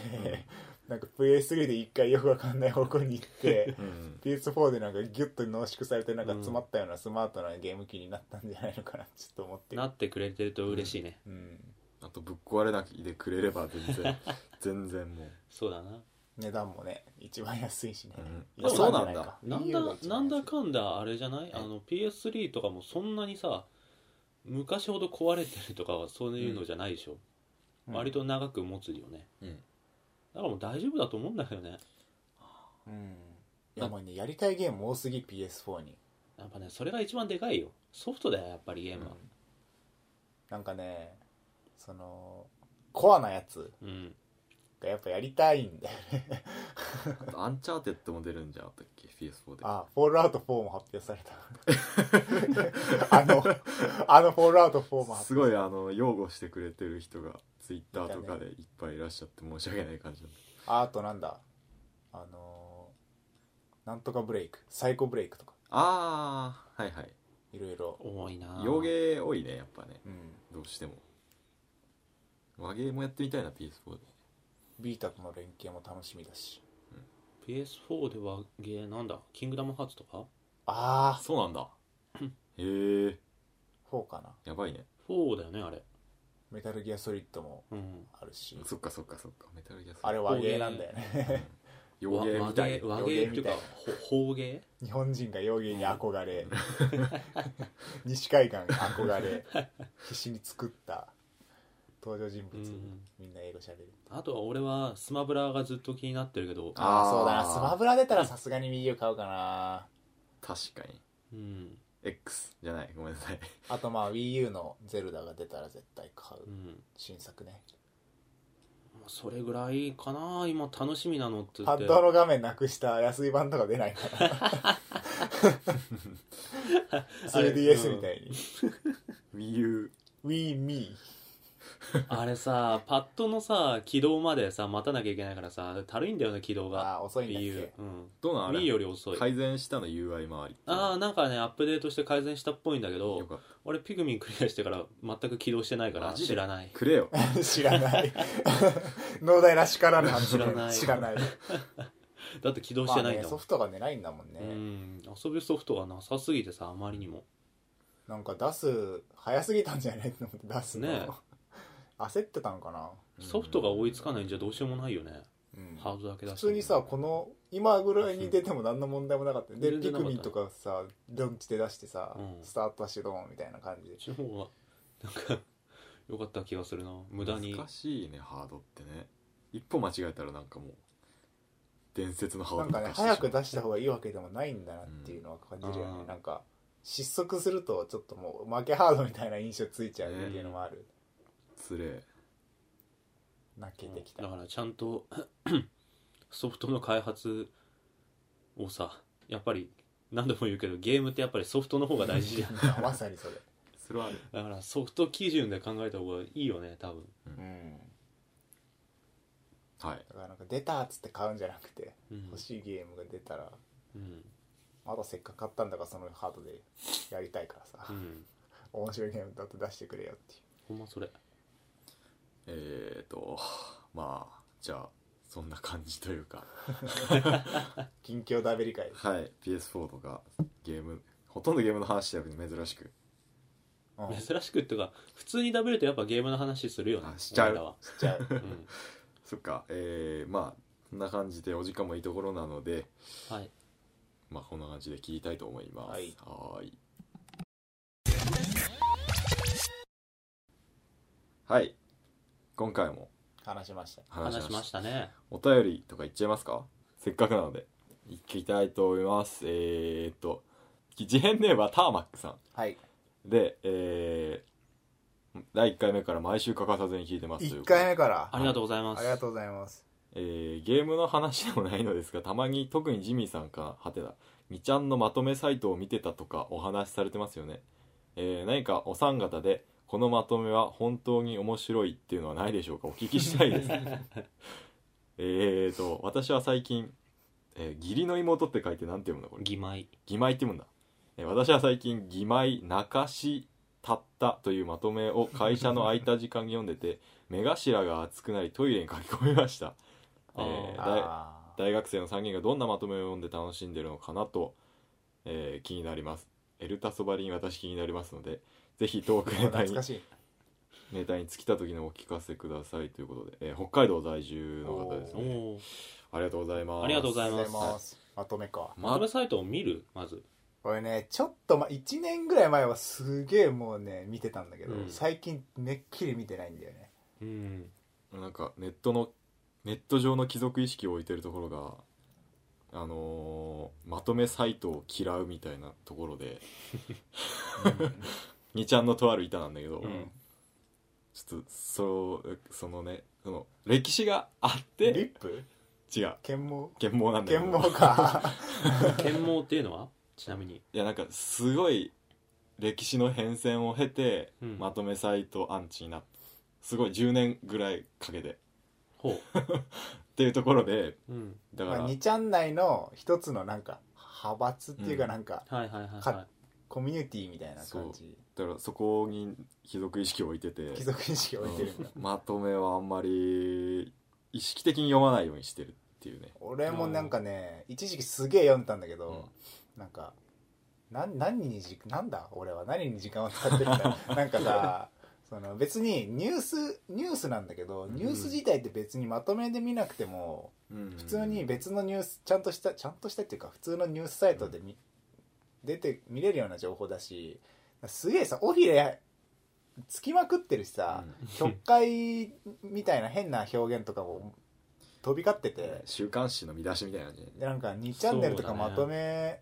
Speaker 2: なんか PS3 で一回よくわかんない方向に行って
Speaker 1: うん
Speaker 2: PS4 でなんかギュッと濃縮されてなんか詰まったようなスマートなゲーム機になったんじゃないのかなちょっと思ってる
Speaker 3: なってくれてると嬉しいね、
Speaker 2: うん、
Speaker 1: あとぶっ壊れないでくれれば全 然全然もう
Speaker 3: そうだな
Speaker 2: 値段もね一番安いしね、
Speaker 1: うんあそうなんだ
Speaker 3: なんだなんだかんだあれじゃないあの PS3 とかもそんなにさ昔ほど壊れてるとかはそういうのじゃないでしょ、
Speaker 2: うん
Speaker 3: 割と長く持つよね
Speaker 1: うん
Speaker 3: だからもう大丈夫だと思うんだけどね
Speaker 2: うんいやもうねやりたいゲーム多すぎ PS4 に
Speaker 3: やっぱねそれが一番でかいよソフトだよやっぱりゲームは
Speaker 2: なんかねそのコアなやつ
Speaker 3: うん、
Speaker 2: がやっぱやりたいんで
Speaker 1: あとアンチャーテッドも出るんじゃなかったっけ PS4 で
Speaker 2: あフォールアウト4も発表された あのあのフォールアウト4も発
Speaker 1: すごいあの擁護してくれてる人がツイッターとかでいっぱいいらっしゃって申し訳ない感じなんだ
Speaker 2: ああとなんだあのーなんとかブレイクサイコブレイクとか
Speaker 1: ああはいはい
Speaker 2: いろいろ
Speaker 3: 多いな
Speaker 1: 洋芸多いねやっぱね
Speaker 2: うん
Speaker 1: どうしても和芸もやってみたいな PS4 で
Speaker 2: ビータとの連携も楽しみだし
Speaker 3: PS4 ではゲーなんだキングダムハーツとか
Speaker 2: あ
Speaker 1: そうなんだへえ
Speaker 2: あ4かな
Speaker 1: やばいね
Speaker 3: 4だよねあれ
Speaker 2: メタルギアソリッドも
Speaker 3: うん
Speaker 2: あるし
Speaker 1: そっかそっかそっかメタルギアソリッド
Speaker 2: あれはゲーなんだよね
Speaker 1: 洋芸みたい
Speaker 3: 和和芸和芸ってい
Speaker 2: 洋芸み
Speaker 3: うか
Speaker 2: たい
Speaker 3: ほ方芸
Speaker 2: 日本人が洋芸に憧 れ西海岸憧れ必死に作った登場人物、
Speaker 3: うん
Speaker 2: みんな英語しゃべる
Speaker 3: あとは俺はスマブラがずっと気になってるけど
Speaker 1: あー
Speaker 2: ああそうだなスマブラ出たらさすがに WiiU 買うかな
Speaker 1: 確かに
Speaker 3: うん
Speaker 1: X じゃないごめんなさい
Speaker 2: あとまあ WiiU のゼルダが出たら絶対買う
Speaker 3: うん
Speaker 2: 新作ね
Speaker 3: まあそれぐらいかな今楽しみなのって
Speaker 2: パ
Speaker 3: 言って
Speaker 2: ッドの画面なくした安い版とか出ないから 3DS みたいに
Speaker 1: WiiU
Speaker 2: WiiMe
Speaker 3: あれさパッドのさ起動までさ待たなきゃいけないからさたるいんだよね起動が
Speaker 2: あー遅いんだっ
Speaker 3: Wii
Speaker 2: け
Speaker 3: U うん
Speaker 1: どうなんあれ
Speaker 3: Wii より遅い
Speaker 1: 改善したの UI 周り
Speaker 3: ああなんかねアップデートして改善したっぽいんだけ
Speaker 1: あよ
Speaker 3: ど
Speaker 1: かっ
Speaker 3: 俺ピグミンクリアしてから全く起動してないから
Speaker 1: マジで
Speaker 3: 知らない
Speaker 1: たくれよ
Speaker 2: 知らない農大らしからぬ発言
Speaker 3: 知らない
Speaker 2: 知らない
Speaker 3: だって起動してない
Speaker 2: ま
Speaker 3: ん
Speaker 2: あね、
Speaker 3: だも
Speaker 2: ソ
Speaker 3: ん
Speaker 2: フトがねないんだもんね、
Speaker 3: うん遊ぶソフトがなさすぎてさあまりにも
Speaker 2: なんか出す早すぎたんじゃないと思って出すの、
Speaker 3: ね
Speaker 2: 焦ってたのかな、
Speaker 3: ソフトが追いつかないんじゃどうしようもないよね
Speaker 2: うん
Speaker 3: ハードだけだ
Speaker 2: 普
Speaker 3: し
Speaker 2: 通にさこの今ぐらいに出ても何の問題もなかった、で
Speaker 3: 全
Speaker 2: ピ
Speaker 3: 然な
Speaker 2: ク
Speaker 3: かった
Speaker 2: ミンとかさドンチで出してさ、
Speaker 3: うん
Speaker 2: スタートしろみたいな感じで
Speaker 3: こっちの方がなんか良かった気がするな無駄に
Speaker 1: 難しいねハードってね一歩間違えたらなんかもう伝説のハード
Speaker 2: なんかね
Speaker 1: 化してしま
Speaker 2: 早
Speaker 1: う
Speaker 2: く出した方がいいわけでもないんだなっていうのは感じるよね、
Speaker 3: うん
Speaker 2: なんか失速するとちょっともう負けハードみたいな印象ついちゃうっていうのもある、
Speaker 1: つれえ
Speaker 2: 泣けてきた、
Speaker 3: だからちゃんと ソフトの開発をさやっぱり何度も言うけどゲームってやっぱりソフトの方が大事じゃんだ
Speaker 2: まさにそれ
Speaker 1: それはある
Speaker 3: からソフト基準で考えた方がいいよね多分
Speaker 2: うん
Speaker 1: はい
Speaker 2: だからなんか出たっつって買うんじゃなくて、
Speaker 3: うん
Speaker 2: 欲しいゲームが出たら
Speaker 3: うん
Speaker 2: まだせっかく買ったんだからそのハードでやりたいからさ、
Speaker 3: うん
Speaker 2: 面白いゲームだと出してくれよってい
Speaker 3: ほんまそれ
Speaker 1: えーとまあじゃあそんな感じというか
Speaker 2: う近況だべり会
Speaker 1: はい PS4 とかゲームほとんどゲームの話してなくて珍しく
Speaker 2: うんし
Speaker 3: 珍しくっていうか普通に食べるとやっぱゲームの話するよね
Speaker 1: あしちゃう
Speaker 3: 俺らは
Speaker 2: ちゃ
Speaker 3: う
Speaker 2: うん
Speaker 1: そっかえー、まあこんな感じでお時間もいいところなので
Speaker 3: はい
Speaker 1: まあこんな感じで切りたいと思います
Speaker 2: はい
Speaker 1: はーいはい今回も
Speaker 2: 話しました
Speaker 1: 話しま
Speaker 3: 話
Speaker 1: し
Speaker 3: したましたね
Speaker 1: お便りとか言っちゃいますかせっかくなので行きたいと思いますえー、っと事変ネーバーターマックさん
Speaker 2: はい
Speaker 1: で、えー、第1回目から毎週欠かさずに聞いてますという
Speaker 2: 1
Speaker 1: ことで
Speaker 2: 回目から
Speaker 3: ありがとうございます
Speaker 2: ありがとうございます
Speaker 1: えーゲームの話でもないのですがたまに特にジミーさんかはてなみちゃんのまとめサイトを見てたとかお話しされてますよねえー何かお三方でこのまとめは本当に面白いっていうのはないでしょうかお聞きしたいですえーと私は最近、えー義理の妹って書いて何て読むのこれ
Speaker 3: 義妹
Speaker 1: 義妹ってもんだ、えー私は最近義妹泣かしたったというまとめを会社の空いた時間に読んでて目頭が熱くなりトイレに書き込みました、えー
Speaker 3: あ
Speaker 2: あ
Speaker 1: 大学生の3人がどんなまとめを読んで楽しんでるのかなと、えー気になりますエルタソバリン私気になりますのでぜひトーク
Speaker 2: ー
Speaker 1: ネタ
Speaker 2: 懐
Speaker 1: に
Speaker 2: かしい
Speaker 1: ネタに尽きた時のお聞かせくださいということで、えー北海道在住の方です
Speaker 3: お
Speaker 1: ね
Speaker 3: おー
Speaker 1: ありがとうございます
Speaker 3: ありがとうござい
Speaker 2: あ
Speaker 3: ま
Speaker 2: り
Speaker 3: す
Speaker 2: がとうございますまとめか
Speaker 3: まとめサイトを見るまず
Speaker 2: 俺ねちょっと、ま、1年ぐらい前はすげえもうね見てたんだけど、
Speaker 3: うん
Speaker 2: 最近めっきり見てないんだよね
Speaker 3: うん
Speaker 1: なんかネットのネット上の貴族意識を置いてるところがあのーまとめサイトを嫌うみたいなところで2ちゃんのとある板なんだけど、
Speaker 3: うん
Speaker 1: ちょっとそうそのねその歴史があっ
Speaker 2: リ
Speaker 1: て
Speaker 2: ップ
Speaker 1: 違う
Speaker 2: 剣網
Speaker 1: 剣網なんだけど
Speaker 2: 剣網か
Speaker 3: 剣網っていう のはちなみに
Speaker 1: いやなんかすごい歴史の変遷を経て、
Speaker 3: うん
Speaker 1: まとめサイトアンチになったすごい10年ぐらいかけてっ
Speaker 3: ほ
Speaker 1: ていうところで
Speaker 3: う、うん、
Speaker 1: だか
Speaker 2: ま
Speaker 1: ら、
Speaker 2: あ、2ちゃん内の一つのなんか派閥っていうか
Speaker 1: うん
Speaker 2: なんか、
Speaker 3: はいはいはいは
Speaker 2: かコミュニティみたいな感
Speaker 1: そ
Speaker 2: じ
Speaker 1: だからそこに貴族意識を置いてて
Speaker 2: 貴族意識を置いてるんだ、
Speaker 1: うんまとめはあんまり意識的に読まないようにしてるっていうね
Speaker 2: 俺もなんかね一時期すげえ読んでたんだけど、なんかなん何にじなんだ俺は何に時間を使ってる んだなんかさその別にニュースニュースなんだけどニュース自体って別にまとめで見なくても、
Speaker 1: 普
Speaker 2: 普通に別のニュースちゃんとしたちゃんとしたっていうか普通のニュースサイトで見,、出て見れるような情報だしすげえさ尾ひれつきまくってるしさ、曲解みたいな変な表現とかも飛び交ってて
Speaker 1: 週刊誌の見出しみたいな感じ
Speaker 2: でなんか2チャンネルとか
Speaker 3: そうだね
Speaker 2: まとめ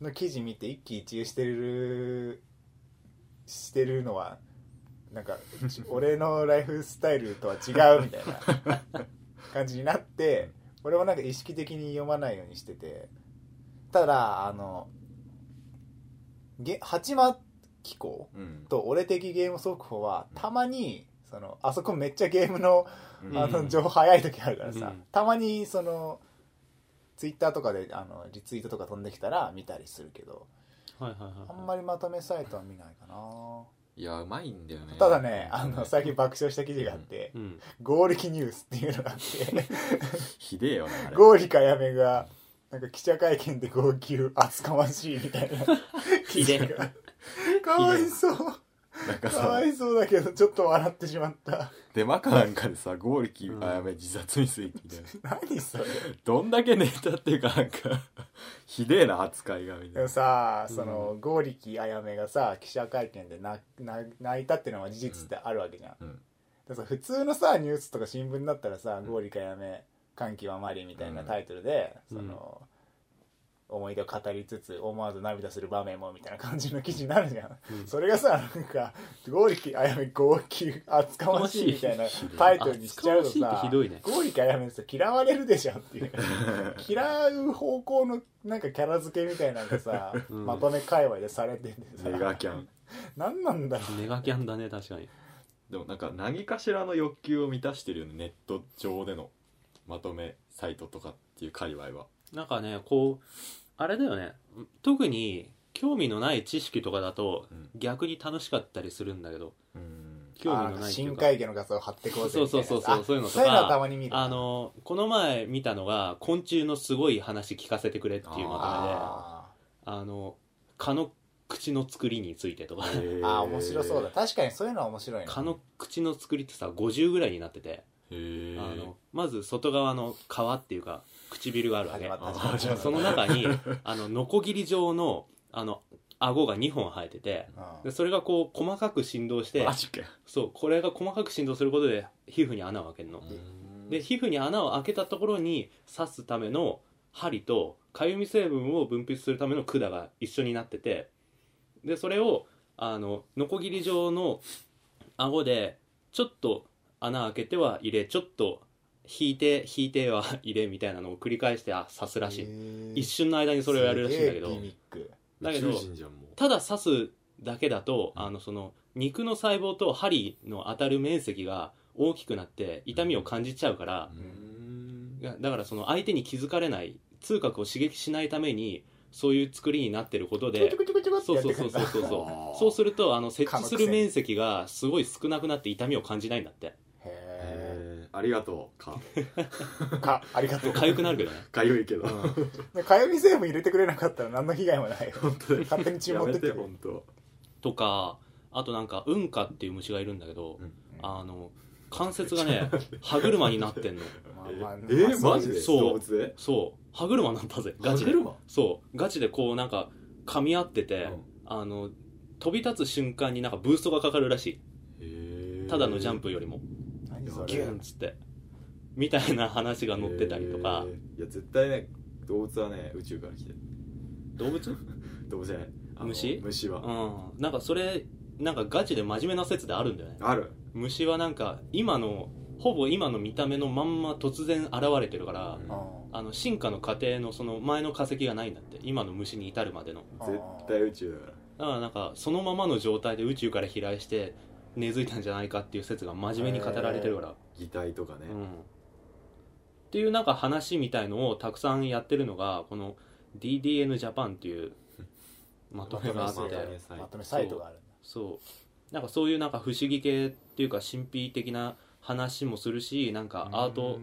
Speaker 2: の記事見て一喜一憂してるしてるのはなんか俺のライフスタイルとは違うみたいな感じになって俺もなんか意識的に読まないようにしててただあのげ八幡紀行
Speaker 1: うん
Speaker 2: と俺的ゲーム速報はたまにそのあそこめっちゃゲームの
Speaker 1: うん
Speaker 2: あ
Speaker 3: う
Speaker 2: の
Speaker 3: ん
Speaker 2: 情報早い時あるからさ、
Speaker 3: うん
Speaker 2: たまにそのツイッターとかであのリツイートとか飛んできたら見たりするけど
Speaker 3: いはいはいはい
Speaker 2: あんまりまとめサイトは見ないかな、
Speaker 1: いやうまいんだよね
Speaker 2: ただねあ
Speaker 1: う
Speaker 2: の
Speaker 1: ん
Speaker 2: 最近爆笑した記事があって
Speaker 3: り、うん、
Speaker 2: 「合力ニュース」っていうのがあって
Speaker 1: ひでえよ なあれ
Speaker 2: 合力かやめがなんか記者会見で号泣厚かましいみたいな記事が かわいそう
Speaker 1: なんか
Speaker 2: か
Speaker 1: さ
Speaker 2: わいそうだけどちょっと笑ってしまった
Speaker 1: デマかなんかでさ剛力
Speaker 3: うん
Speaker 1: あやめ自殺未遂みたいな
Speaker 2: 何それ
Speaker 1: どんだけネタっていうかなんかひでえな扱いがみた
Speaker 2: で
Speaker 1: い
Speaker 2: も
Speaker 1: な
Speaker 2: さ
Speaker 3: うん
Speaker 2: その剛力あやめがさ記者会見でなな泣いたっていうのは事実ってあるわけじゃん、
Speaker 1: うん
Speaker 2: でさ普通のさニュースとか新聞だったらさ「剛力あやめ歓喜はマリ」みたいなタイトルで、
Speaker 3: うん
Speaker 2: その、思い出を語りつつ思わず涙する場面もみたいな感じの記事になるじゃん、
Speaker 3: うん
Speaker 2: それがさなんか「剛力あやめ号泣厚かましい」みたいなタイトルにしちゃうと
Speaker 3: 厚かまし
Speaker 2: さ
Speaker 3: いってひどいね
Speaker 2: 剛力あやめさ嫌われるでしょっていう 嫌う方向のなんかキャラ付けみたいなのがさ、
Speaker 3: うん
Speaker 2: まとめ界隈でされててさ
Speaker 1: ネガキャン
Speaker 2: 何なんだろ
Speaker 3: ネガキャンだね確かに
Speaker 1: でもなんか何かしらの欲求を満たしてるよねネット上でのまとめサイトとかっていう界隈は
Speaker 3: なんかねこうあれだよね特に興味のない知識とかだと
Speaker 1: うん
Speaker 3: 逆に楽しかったりするんだけど
Speaker 1: うん
Speaker 2: う
Speaker 3: 興味
Speaker 2: あ
Speaker 3: の
Speaker 2: の
Speaker 3: ないってい
Speaker 2: 深
Speaker 3: うか
Speaker 2: 海魚の画像を貼ってこうぜみたいな
Speaker 3: そうそうそうそうそういうのとか
Speaker 2: そういうのはたまに見る
Speaker 3: あのこの前見たのが昆虫のすごい話聞かせてくれっていうま
Speaker 2: あ
Speaker 3: とめであの蚊の口の作りについてとか
Speaker 2: ーあー面白そうだ確かにそういうのは面白いね
Speaker 3: 蚊の口の作りってさ50ぐらいになってて
Speaker 1: へ
Speaker 3: あ
Speaker 1: え
Speaker 3: のまず外側の皮っていうか唇があるわ
Speaker 2: 始
Speaker 3: け
Speaker 2: まった
Speaker 1: あー
Speaker 2: 始まった
Speaker 1: 始まった
Speaker 3: その中にあのノコギリ状のあの顎が2本生えてて
Speaker 2: う
Speaker 3: で
Speaker 2: ん
Speaker 3: それがこう細かく振動して
Speaker 1: マジかよ
Speaker 3: そうこれが細かく振動することで皮膚に穴を開けるの、で皮膚に穴を開けたところに刺すための針とかゆみ成分を分泌するための管が一緒になっててでそれをあのノコギリ状の顎でちょっと穴開けては入れちょっと引いて引いては入れみたいなのを繰り返してあ刺すらしい、
Speaker 2: へー
Speaker 3: 一瞬の間にそれをやるらしいんだけど
Speaker 2: すげえギミック
Speaker 3: だけど
Speaker 1: 宇宙人じゃんもう
Speaker 3: ただ刺すだけだと、
Speaker 1: うん
Speaker 3: あのその肉の細胞と針の当たる面積が大きくなって痛みを感じちゃうから、
Speaker 1: うん
Speaker 3: だだからその相手に気づかれない痛覚を刺激しないためにそういう作りになってること
Speaker 2: ちょこ
Speaker 3: で
Speaker 2: ちょこちょこちょこって
Speaker 3: そ
Speaker 2: や
Speaker 3: う
Speaker 2: って
Speaker 3: そう
Speaker 2: く
Speaker 3: そ
Speaker 2: る
Speaker 3: うん
Speaker 2: だ
Speaker 3: そうそう
Speaker 1: あ
Speaker 3: そ
Speaker 1: ー
Speaker 3: うそうするとあの設置す
Speaker 2: 蚊の
Speaker 3: る
Speaker 2: 癖
Speaker 3: 面積がすごい少なくなって痛みを感じないんだ って
Speaker 2: へ
Speaker 1: えーありがとうか
Speaker 2: えかありがとう
Speaker 3: 痒くなるけどね、
Speaker 1: かゆいけど、
Speaker 3: うん
Speaker 2: でかゆみ成分入れてくれなかったら何の被害もないよ
Speaker 1: 本当だよ
Speaker 2: 勝手に注
Speaker 1: や
Speaker 2: 文っ
Speaker 1: め
Speaker 2: てってて
Speaker 1: 本当
Speaker 3: とかあとなんかウンカっていう虫がいるんだけど、
Speaker 1: うん
Speaker 3: あの関節がね歯車になってんの
Speaker 2: まあまあ
Speaker 1: えーマジで
Speaker 3: そう
Speaker 1: 動物で
Speaker 3: そう歯車になったぜガチ
Speaker 1: 歯
Speaker 3: で
Speaker 1: 車
Speaker 3: そうガチでこうなんか噛み合ってて、
Speaker 1: うん
Speaker 3: あの飛び立つ瞬間になんかブーストがかかるらし
Speaker 1: へ
Speaker 3: い
Speaker 1: ー
Speaker 3: ただのジャンプよりも
Speaker 2: 何そ
Speaker 3: ギュ
Speaker 2: れ
Speaker 3: ーンっつってみたいな話が載ってたりとか、
Speaker 1: えーいや絶対ね動物はね宇宙から来てる
Speaker 3: 動物
Speaker 1: 動物じゃないあの
Speaker 3: 虫
Speaker 1: 虫は、
Speaker 3: うんなんかそれなんかガチで真面目な説であるんだよね
Speaker 1: ある
Speaker 3: 虫はなんか今のほぼ今の見た目のまんま突然現れてるから、
Speaker 1: うん
Speaker 2: あ
Speaker 3: あの進化の過程のその前の化石がないんだって今の虫に至るまでの
Speaker 2: あ
Speaker 1: 絶対宇宙だか
Speaker 3: だからなんかそのままの状態で宇宙から飛来して根付いたんじゃないかっていう説が真面目に語られてるから、
Speaker 1: ら擬態とかね、
Speaker 3: うん、っていうなんか話みたいのをたくさんやってるのがこの DDN ジャパンっていうまとめがあっ
Speaker 1: まと
Speaker 3: て
Speaker 1: め
Speaker 2: まとめサイトがある
Speaker 3: そうなんかそういうなんか不思議系っていうか神秘的な話もするしなんかアート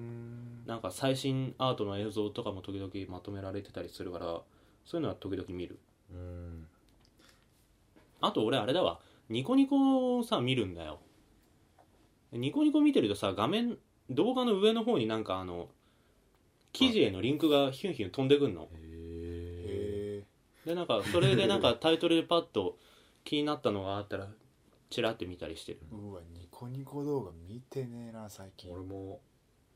Speaker 3: なんか最新アートの映像とかも時々まとめられてたりするからそういうのは時々見る
Speaker 1: うん
Speaker 3: あと俺あれだわニコニコをさ見るんだよニコニコ見てるとさ画面動画の上の方になんかあの記事へのリンクがヒュンヒュン飛んでくんの
Speaker 1: へえ
Speaker 2: へ
Speaker 3: でなんかそれでなんかタイトルでパッと気になったのがあったらチラって見たりしてる
Speaker 2: えうわニコニコ動画見てねえな最近
Speaker 1: 俺も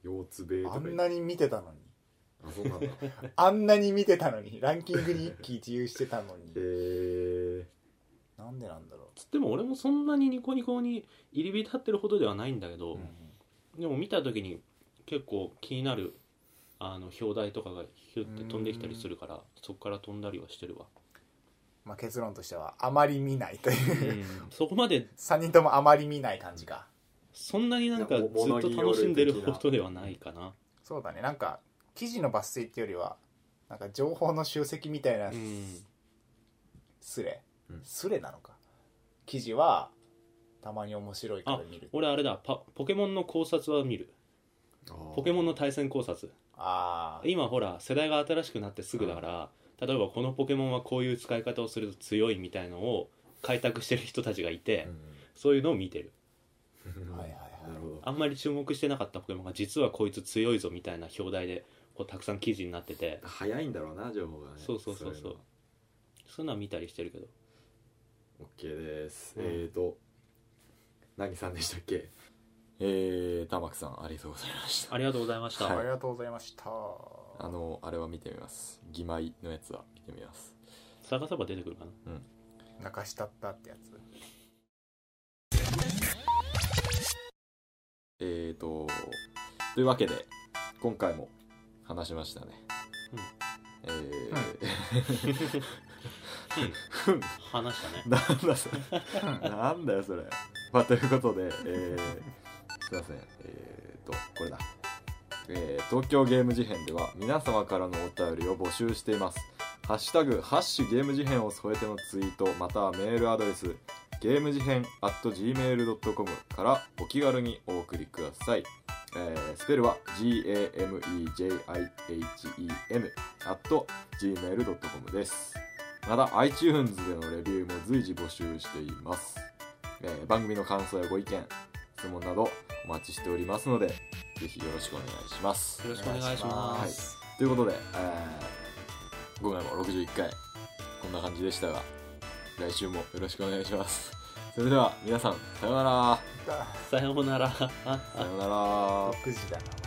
Speaker 1: 腰つべとか
Speaker 2: あんなに見てたのに
Speaker 1: あそうなんだへ
Speaker 2: あんなに見てたのにランキングに一喜一憂してたの に
Speaker 1: え
Speaker 2: なんでなんだろ
Speaker 3: つっても俺もそんなにニコニコに入り浸ってるほどではないんだけ
Speaker 2: う
Speaker 3: ど、でも見た時に結構気になるあの表題とかがヒュって飛んできたりするからそこから飛んだりはしてるわ、
Speaker 2: まあ結論としてはあまり見ないという
Speaker 3: そこまで
Speaker 2: 3人ともあまり見ない感じか
Speaker 3: そんなになんか
Speaker 1: い
Speaker 3: ず
Speaker 1: や
Speaker 3: っ
Speaker 1: も
Speaker 3: と楽しんでることではないかな
Speaker 2: そうだねなんか記事の抜粋っていうよりはなんか情報の集積みたいな
Speaker 3: うん
Speaker 2: スレ、
Speaker 1: うん
Speaker 2: スレなのか記事はたまに面白いから見る
Speaker 3: 俺あれだパポケモンの考察は見るポケモンの対戦考察
Speaker 2: ああ
Speaker 3: 今ほら世代が新しくなってすぐだから、例えばこのポケモンはこういう使い方をすると強いみたいのを開拓してる人たちがいて、そういうのを見てる
Speaker 1: うん
Speaker 2: はいはいはい
Speaker 1: なるほど
Speaker 3: あんまり注目してなかったポケモンが実はこいつ強いぞみたいな表題でこうたくさん記事になってて
Speaker 1: 早いんだろうな情報がね
Speaker 3: そうそうそうそう
Speaker 1: いのは
Speaker 3: そういうのは見たりしてるけど
Speaker 1: OK です、
Speaker 3: うん
Speaker 1: えーと何さんでしたっけえー、玉木さんありがとうございました
Speaker 3: ありがとうございました、
Speaker 1: はい
Speaker 2: ありがとうございました
Speaker 1: あのあれは見てみます義妹のやつは見てみます
Speaker 3: 探せば出てくるかな
Speaker 2: 泣かしたったってやつ
Speaker 1: えーとというわけで今回も話しましたね、
Speaker 3: うん
Speaker 1: えー
Speaker 2: うん
Speaker 1: ふん
Speaker 3: 話したね
Speaker 1: なんだそれなんだよそれまあということで、えー、すいませんえー、とこれだ、えー東京ゲーム事変では皆様からのお便りを募集していますハッシュタグハッシュゲーム事変を添えてのツイートまたはメールアドレスゲーム事変 at gmail.com からお気軽にお送りください、えースペルは GAMEJIHEN at gmail.com ですまた iTunes でのレビューも随時募集しています、えー番組の感想やご意見質問などお待ちしておりますのでぜひよろしくお願いします
Speaker 3: よろしくお願いし
Speaker 1: は
Speaker 3: ま
Speaker 1: い
Speaker 3: す、
Speaker 1: ということで、えー、今回も61回こんな感じでしたが来週もよろしくお願いしますそれでは皆さんさようなら
Speaker 2: あ
Speaker 3: さようなら
Speaker 1: さようなら
Speaker 2: 6時だな